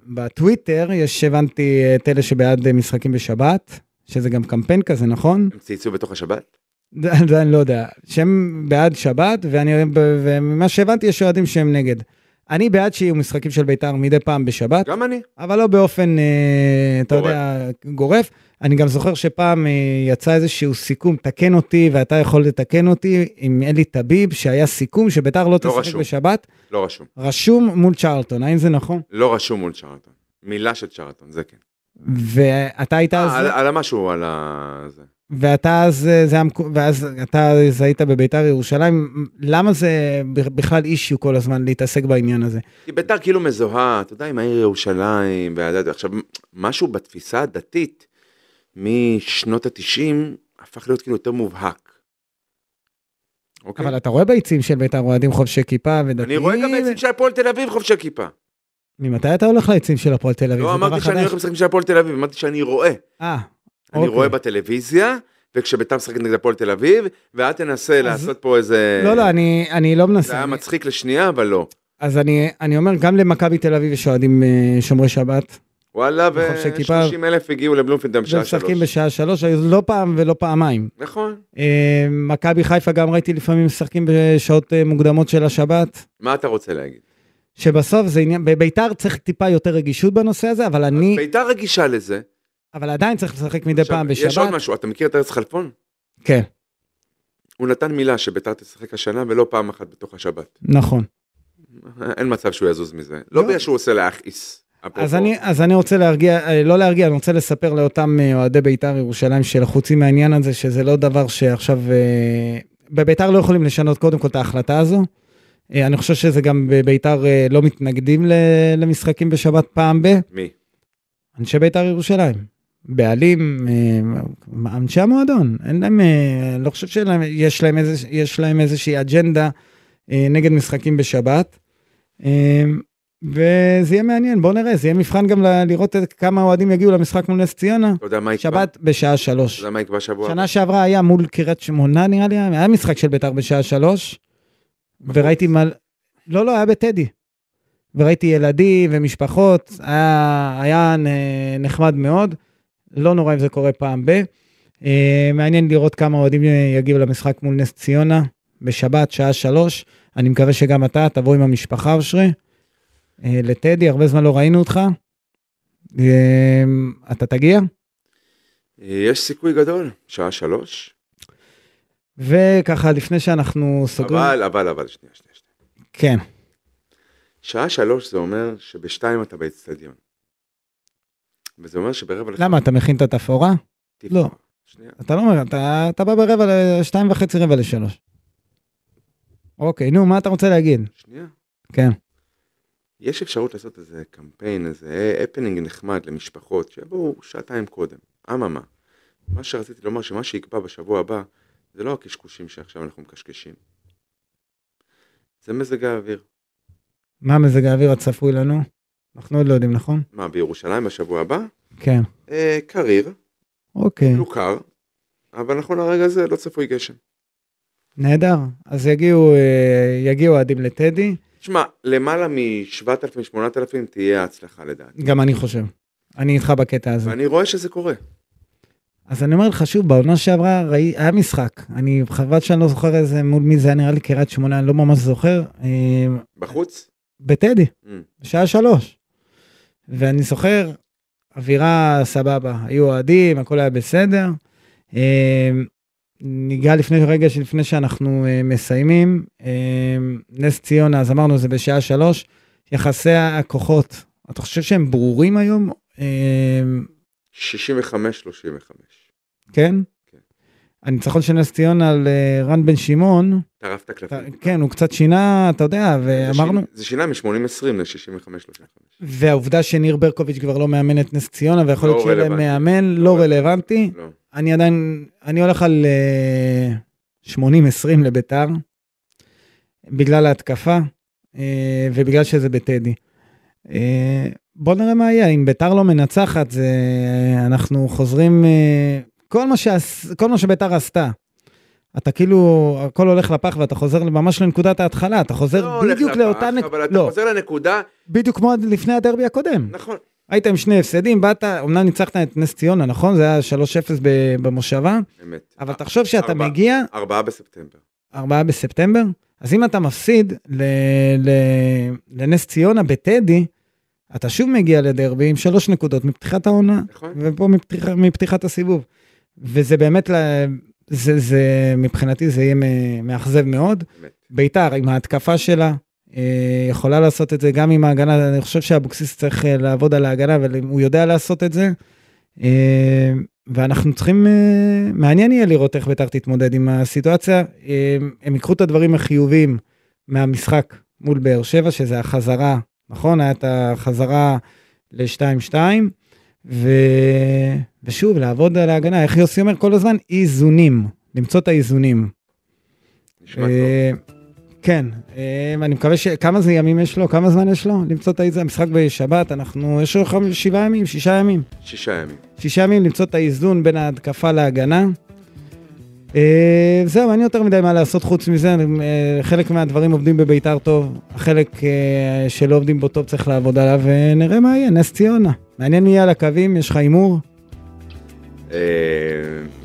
[SPEAKER 2] בטוויטר, יש, הבנתי את אלה שבעד משחקים בשבת, שזה גם קמפיין כזה, נכון?
[SPEAKER 3] הם צייצו בתוך השבת?
[SPEAKER 2] זה- זה אני לא יודע, שהם בעד שבת, ואני, וממה שהבנתי יש אוהדים שהם נגד. אני בעד שיהיו משחקים של בית"ר מדי פעם בשבת.
[SPEAKER 3] גם אני.
[SPEAKER 2] אבל לא באופן, אה, אתה
[SPEAKER 3] גורף.
[SPEAKER 2] יודע, גורף. אני גם זוכר שפעם אה, יצא איזשהו סיכום, תקן אותי, ואתה יכול לתקן אותי, עם אלי טביב, שהיה סיכום שביתר לא תשחק
[SPEAKER 3] רשום.
[SPEAKER 2] בשבת,
[SPEAKER 3] לא רשום.
[SPEAKER 2] רשום מול צ'רלטון, האם זה נכון?
[SPEAKER 3] לא רשום מול צ'רלטון. מילה של צ'רלטון, זה כן.
[SPEAKER 2] ואתה היית
[SPEAKER 3] אה, על-
[SPEAKER 2] אז,
[SPEAKER 3] על המשהו, על ה... זה.
[SPEAKER 2] ואתה אז, אה, זה היה מקו- ואז אתה אז היית בביתר ירושלים, למה זה בכלל אישיו כל הזמן להתעסק בעניין הזה?
[SPEAKER 3] כי ביתר כאילו מזוהה, אתה יודע, עם העיר ירושלים, והדת- עכשיו, משהו בתפיסה הדתית משנות התשעים הפך להיות כאילו יותר מובהק. אוקיי?
[SPEAKER 2] אבל אתה רואה ביצים של ביתר אוהדים חובשי כיפה ודתיים?
[SPEAKER 3] אני רואה גם בעצם שהפועל תל אביב חובשי כיפה.
[SPEAKER 2] ממתי אתה הולך ליצים של הפועל תל אביב?
[SPEAKER 3] לא
[SPEAKER 2] זה דבר
[SPEAKER 3] אמרתי שאני
[SPEAKER 2] חדש.
[SPEAKER 3] הולך למשחקים של הפועל תל אביב, אמרתי שאני רואה.
[SPEAKER 2] אה,
[SPEAKER 3] אני
[SPEAKER 2] אוקיי.
[SPEAKER 3] רואה בטלוויזיה, וכשביתר משחקת נגד הפועל תל אביב, ואת תנסה לעשות פה איזה...
[SPEAKER 2] לא, לא, אני, אני לא
[SPEAKER 3] זה
[SPEAKER 2] מנסה.
[SPEAKER 3] היה
[SPEAKER 2] אני,
[SPEAKER 3] מצחיק לשנייה, אבל לא.
[SPEAKER 2] אז אני, אני אומר, גם למכבי תל אביב יש אוהדים אה, שומרי שבת.
[SPEAKER 3] וואלה,
[SPEAKER 2] חובשי כיפה.
[SPEAKER 3] ו-30 אלף הגיעו לבלומפילד בשעה שלוש.
[SPEAKER 2] ומשחקים בשעה שלוש, היו לא פעם ולא פעמיים.
[SPEAKER 3] נכון.
[SPEAKER 2] אה, מכבי חיפה גם ראיתי לפעמים משחקים בשעות אה, מוקדמות של השבת.
[SPEAKER 3] מה אתה רוצה להגיד?
[SPEAKER 2] שבסוף זה עניין, בביתר צריך טיפה יותר רגישות בנושא הזה, אבל אני,
[SPEAKER 3] ביתר רגישה לזה.
[SPEAKER 2] אבל עדיין צריך לשחק מדי
[SPEAKER 3] עכשיו,
[SPEAKER 2] פעם
[SPEAKER 3] יש עוד
[SPEAKER 2] בשבת.
[SPEAKER 3] משהו, אתה מכיר את ארץ חלפון?
[SPEAKER 2] כן,
[SPEAKER 3] הוא נתן מילה שביתר תשחק השנה ולא פעם אחת בתוך השבת.
[SPEAKER 2] נכון.
[SPEAKER 3] אין מצב שהוא יזוז מזה. לא
[SPEAKER 2] לא.
[SPEAKER 3] בגלל שהוא עושה להכעיס. אפרופו.
[SPEAKER 2] אז אני, אז אני רוצה להרגיע, אה, לא להרגיע, אני רוצה לספר לאותם אה, אוהדי בית"ר ירושלים שלחוצים מהעניין הזה, שזה לא דבר שעכשיו... אה, בבית"ר לא יכולים לשנות קודם כל את ההחלטה הזו. אה, אני חושב שזה גם בבית"ר אה, לא מתנגדים ל- למשחקים בשבת פעם ב...
[SPEAKER 3] מי?
[SPEAKER 2] אנשי בית"ר ירושלים. בעלים, אה, אנשי המועדון, אין להם, אה, לא חושב שיש להם, יש להם, איזה, יש להם איזושהי אג'נדה אה, נגד משחקים בשבת. אה, וזה יהיה מעניין, בוא נראה, זה יהיה מבחן גם ל- לראות את- כמה אוהדים יגיעו למשחק מול נס ציונה,
[SPEAKER 3] אתה יודע מה יקבע?
[SPEAKER 2] שבת בשעה
[SPEAKER 3] אתה
[SPEAKER 2] שלוש.
[SPEAKER 3] יודע מה יקבע שבוע?
[SPEAKER 2] שנה שעברה היה מול קריית שמונה נראה לי, היה משחק של בית"ר בשעה שלוש, וראיתי מה... לא, לא, היה בטדי. וראיתי ילדים ומשפחות, היה, היה נ- נחמד מאוד, לא נורא אם זה קורה פעם ב. אה, מעניין לראות כמה אוהדים יגיעו למשחק מול נס ציונה בשבת, שעה שלוש. אני מקווה שגם אתה תבוא עם המשפחה, אושרי. אה, לטדי, הרבה זמן לא ראינו אותך. אה, אתה תגיע?
[SPEAKER 3] יש סיכוי גדול, שעה שלוש.
[SPEAKER 2] וככה, לפני שאנחנו סוגרים...
[SPEAKER 3] אבל, אבל, אבל, שנייה, שנייה, שנייה.
[SPEAKER 2] כן.
[SPEAKER 3] שעה שלוש זה אומר שבשתיים אתה באצטדיון. וזה אומר שברבע לך...
[SPEAKER 2] למה, אתה מכין את התפאורה?
[SPEAKER 3] טיפה.
[SPEAKER 2] לא.
[SPEAKER 3] שנייה.
[SPEAKER 2] אתה לא אומר, אתה, אתה בא ברבע לשתיים וחצי, רבע לשלוש. אוקיי, נו, מה אתה רוצה להגיד?
[SPEAKER 3] שנייה.
[SPEAKER 2] כן.
[SPEAKER 3] יש אפשרות לעשות איזה קמפיין, איזה הפנינג נחמד למשפחות, שיבואו שעתיים קודם. אממה, מה שרציתי לומר, שמה שיקבע בשבוע הבא, זה לא הקשקושים שעכשיו אנחנו מקשקשים. זה מזג האוויר.
[SPEAKER 2] מה מזג האוויר הצפוי לנו? אנחנו עוד לא יודעים, נכון?
[SPEAKER 3] מה, בירושלים בשבוע הבא?
[SPEAKER 2] כן.
[SPEAKER 3] אה, קריר,
[SPEAKER 2] אוקיי,
[SPEAKER 3] לא קר, אבל נכון לרגע הזה לא צפוי גשם.
[SPEAKER 2] נהדר. אז יגיעו, אה, יגיעו אוהדים לטדי,
[SPEAKER 3] תשמע, למעלה מ-7,000-8,000 תהיה ההצלחה לדעתי.
[SPEAKER 2] גם אני חושב. אני איתך בקטע הזה.
[SPEAKER 3] ואני רואה שזה קורה.
[SPEAKER 2] אז אני אומר לך שוב, בעונה שעברה ראי, היה משחק. אני, חבל שאני לא זוכר איזה, מול מי זה היה נראה לי קריית שמונה, אני לא ממש זוכר. אה,
[SPEAKER 3] בחוץ?
[SPEAKER 2] בטדי,
[SPEAKER 3] Mm.
[SPEAKER 2] בשעה שלוש. ואני זוכר, אווירה סבבה, היו אוהדים, הכל היה בסדר. אה, ניגע לפני רגע שלפני שאנחנו אה, מסיימים, אה, נס ציונה, אז אמרנו זה בשעה שלוש, יחסי הכוחות, אתה חושב שהם ברורים היום? אה,
[SPEAKER 3] 65-35.
[SPEAKER 2] כן?
[SPEAKER 3] כן.
[SPEAKER 2] הניצחון של נס ציון על אה, רן בן שמעון,
[SPEAKER 3] טרף את
[SPEAKER 2] אתה-
[SPEAKER 3] הקלפים.
[SPEAKER 2] כן, הוא קצת שינה, אתה יודע,
[SPEAKER 3] זה
[SPEAKER 2] ואמרנו,
[SPEAKER 3] שינה- זה שינה מ-80-20 לא ל-65-35.
[SPEAKER 2] והעובדה שניר ברקוביץ' כבר לא מאמן את נס ציונה, ויכול להיות
[SPEAKER 3] לא
[SPEAKER 2] שיהיה להם
[SPEAKER 3] רלוונטי.
[SPEAKER 2] מאמן לא רלוונטי.
[SPEAKER 3] לא.
[SPEAKER 2] אני עדיין, אני הולך על אה, 80-20 לביתר, בגלל ההתקפה, אה, ובגלל שזה בטדי. אה, בוא נראה מה יהיה, אם ביתר לא מנצחת, זה, אנחנו חוזרים, אה, כל מה, שעש, כל מה שביתר עשתה. אתה כאילו, הכל הולך לפח ואתה חוזר ממש לנקודת ההתחלה, אתה חוזר
[SPEAKER 3] לא
[SPEAKER 2] לא
[SPEAKER 3] הולך
[SPEAKER 2] בדיוק
[SPEAKER 3] לפח,
[SPEAKER 2] לאותה נקודה,
[SPEAKER 3] אבל אתה
[SPEAKER 2] לא,
[SPEAKER 3] חוזר לנקודה,
[SPEAKER 2] בדיוק כמו עד לפני הדרבי הקודם.
[SPEAKER 3] נכון.
[SPEAKER 2] היית עם שני הפסדים, באת, אמנם ניצחת את נס ציונה, נכון? זה היה 3-0 ב- במושבה,
[SPEAKER 3] אמת.
[SPEAKER 2] אבל תחשוב שאתה
[SPEAKER 3] ארבע.
[SPEAKER 2] מגיע,
[SPEAKER 3] 4 בספטמבר.
[SPEAKER 2] 4 בספטמבר, אז אם אתה מפסיד ל, ל, לנס ציונה בטדי, אתה שוב מגיע לדרבי עם שלוש נקודות מפתיחת העונה,
[SPEAKER 3] נכון?
[SPEAKER 2] ופה מפתיח, מפתיחת הסיבוב. וזה באמת, ל- זה, זה, מבחינתי זה יהיה מ- מאכזב מאוד.
[SPEAKER 3] אמת.
[SPEAKER 2] ביתר עם ההתקפה שלה, אה, יכולה לעשות את זה גם עם ההגנה, אני חושב שאבוקסיס צריך אה, לעבוד על ההגנה, אבל הוא יודע לעשות את זה. אה, ואנחנו צריכים, אה, מעניין יהיה לראות איך ביתר תתמודד עם הסיטואציה. אה, הם ייקחו את הדברים החיוביים מהמשחק מול באר שבע, שזה החזרה, נכון? היה את החזרה ל-2-2, ו... ושוב, לעבוד על ההגנה, איך יוסי אומר כל הזמן? איזונים, למצוא את האיזונים.
[SPEAKER 3] נשמע טוב.
[SPEAKER 2] אה, כן, אה, אני מקווה ש... כמה זה ימים יש לו? כמה זמן יש לו? למצוא את האיזון, המשחק בשבת, אנחנו... יש לו חמ- שבעה ימים, שישה ימים.
[SPEAKER 3] שישה ימים.
[SPEAKER 2] שישה ימים למצוא את האיזון בין ההתקפה להגנה. אה, זהו, אין יותר מדי מה לעשות חוץ מזה, אני, אה, חלק מהדברים עובדים בביתר טוב, החלק אה, שלא עובדים בו טוב צריך לעבוד עליו, ונראה מה יהיה, נס ציונה. מעניין יהיה על הקווים, יש לך הימור?
[SPEAKER 3] אה,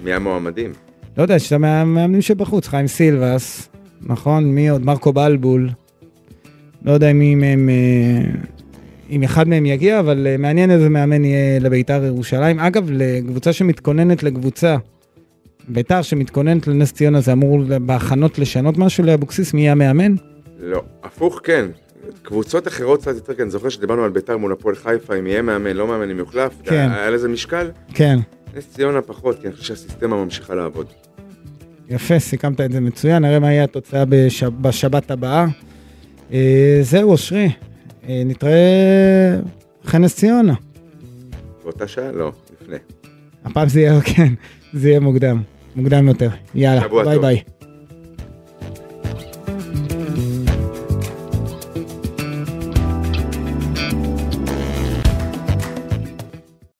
[SPEAKER 3] מי המועמדים?
[SPEAKER 2] לא יודע, יש את המאמנים שבחוץ, חיים סילבס, נכון? מי עוד? מרקו בלבול. לא יודע אם הם... אה, אם אחד מהם יגיע, אבל אה, מעניין איזה מאמן יהיה לביתר ירושלים. אגב, לקבוצה שמתכוננת לקבוצה, ביתר שמתכוננת לנס ציונה, זה אמור בהכנות לשנות משהו לאבוקסיס, מי יהיה המאמן?
[SPEAKER 3] לא. הפוך כן. קבוצות אחרות קצת יותר, כי אני זוכר שדיברנו על ביתר מול הפועל חיפה, אם יהיה מאמן, לא מאמן, אם יוחלף.
[SPEAKER 2] כן.
[SPEAKER 3] היה לזה משקל.
[SPEAKER 2] כן.
[SPEAKER 3] נס ציונה פחות, כי אני חושב שהסיסטמה ממשיכה לעבוד.
[SPEAKER 2] יפה, סיכמת את זה מצוין, נראה מה יהיה התוצאה בש... בשבת הבאה. אה, זהו, אושרי, אה, נתראה אחרי נס ציונה.
[SPEAKER 3] באותה שעה? לא, לפני.
[SPEAKER 2] הפעם זה יהיה, כן, זה יהיה מוקדם, מוקדם יותר. יאללה,
[SPEAKER 3] שבוע
[SPEAKER 2] ביי
[SPEAKER 3] טוב.
[SPEAKER 2] ביי.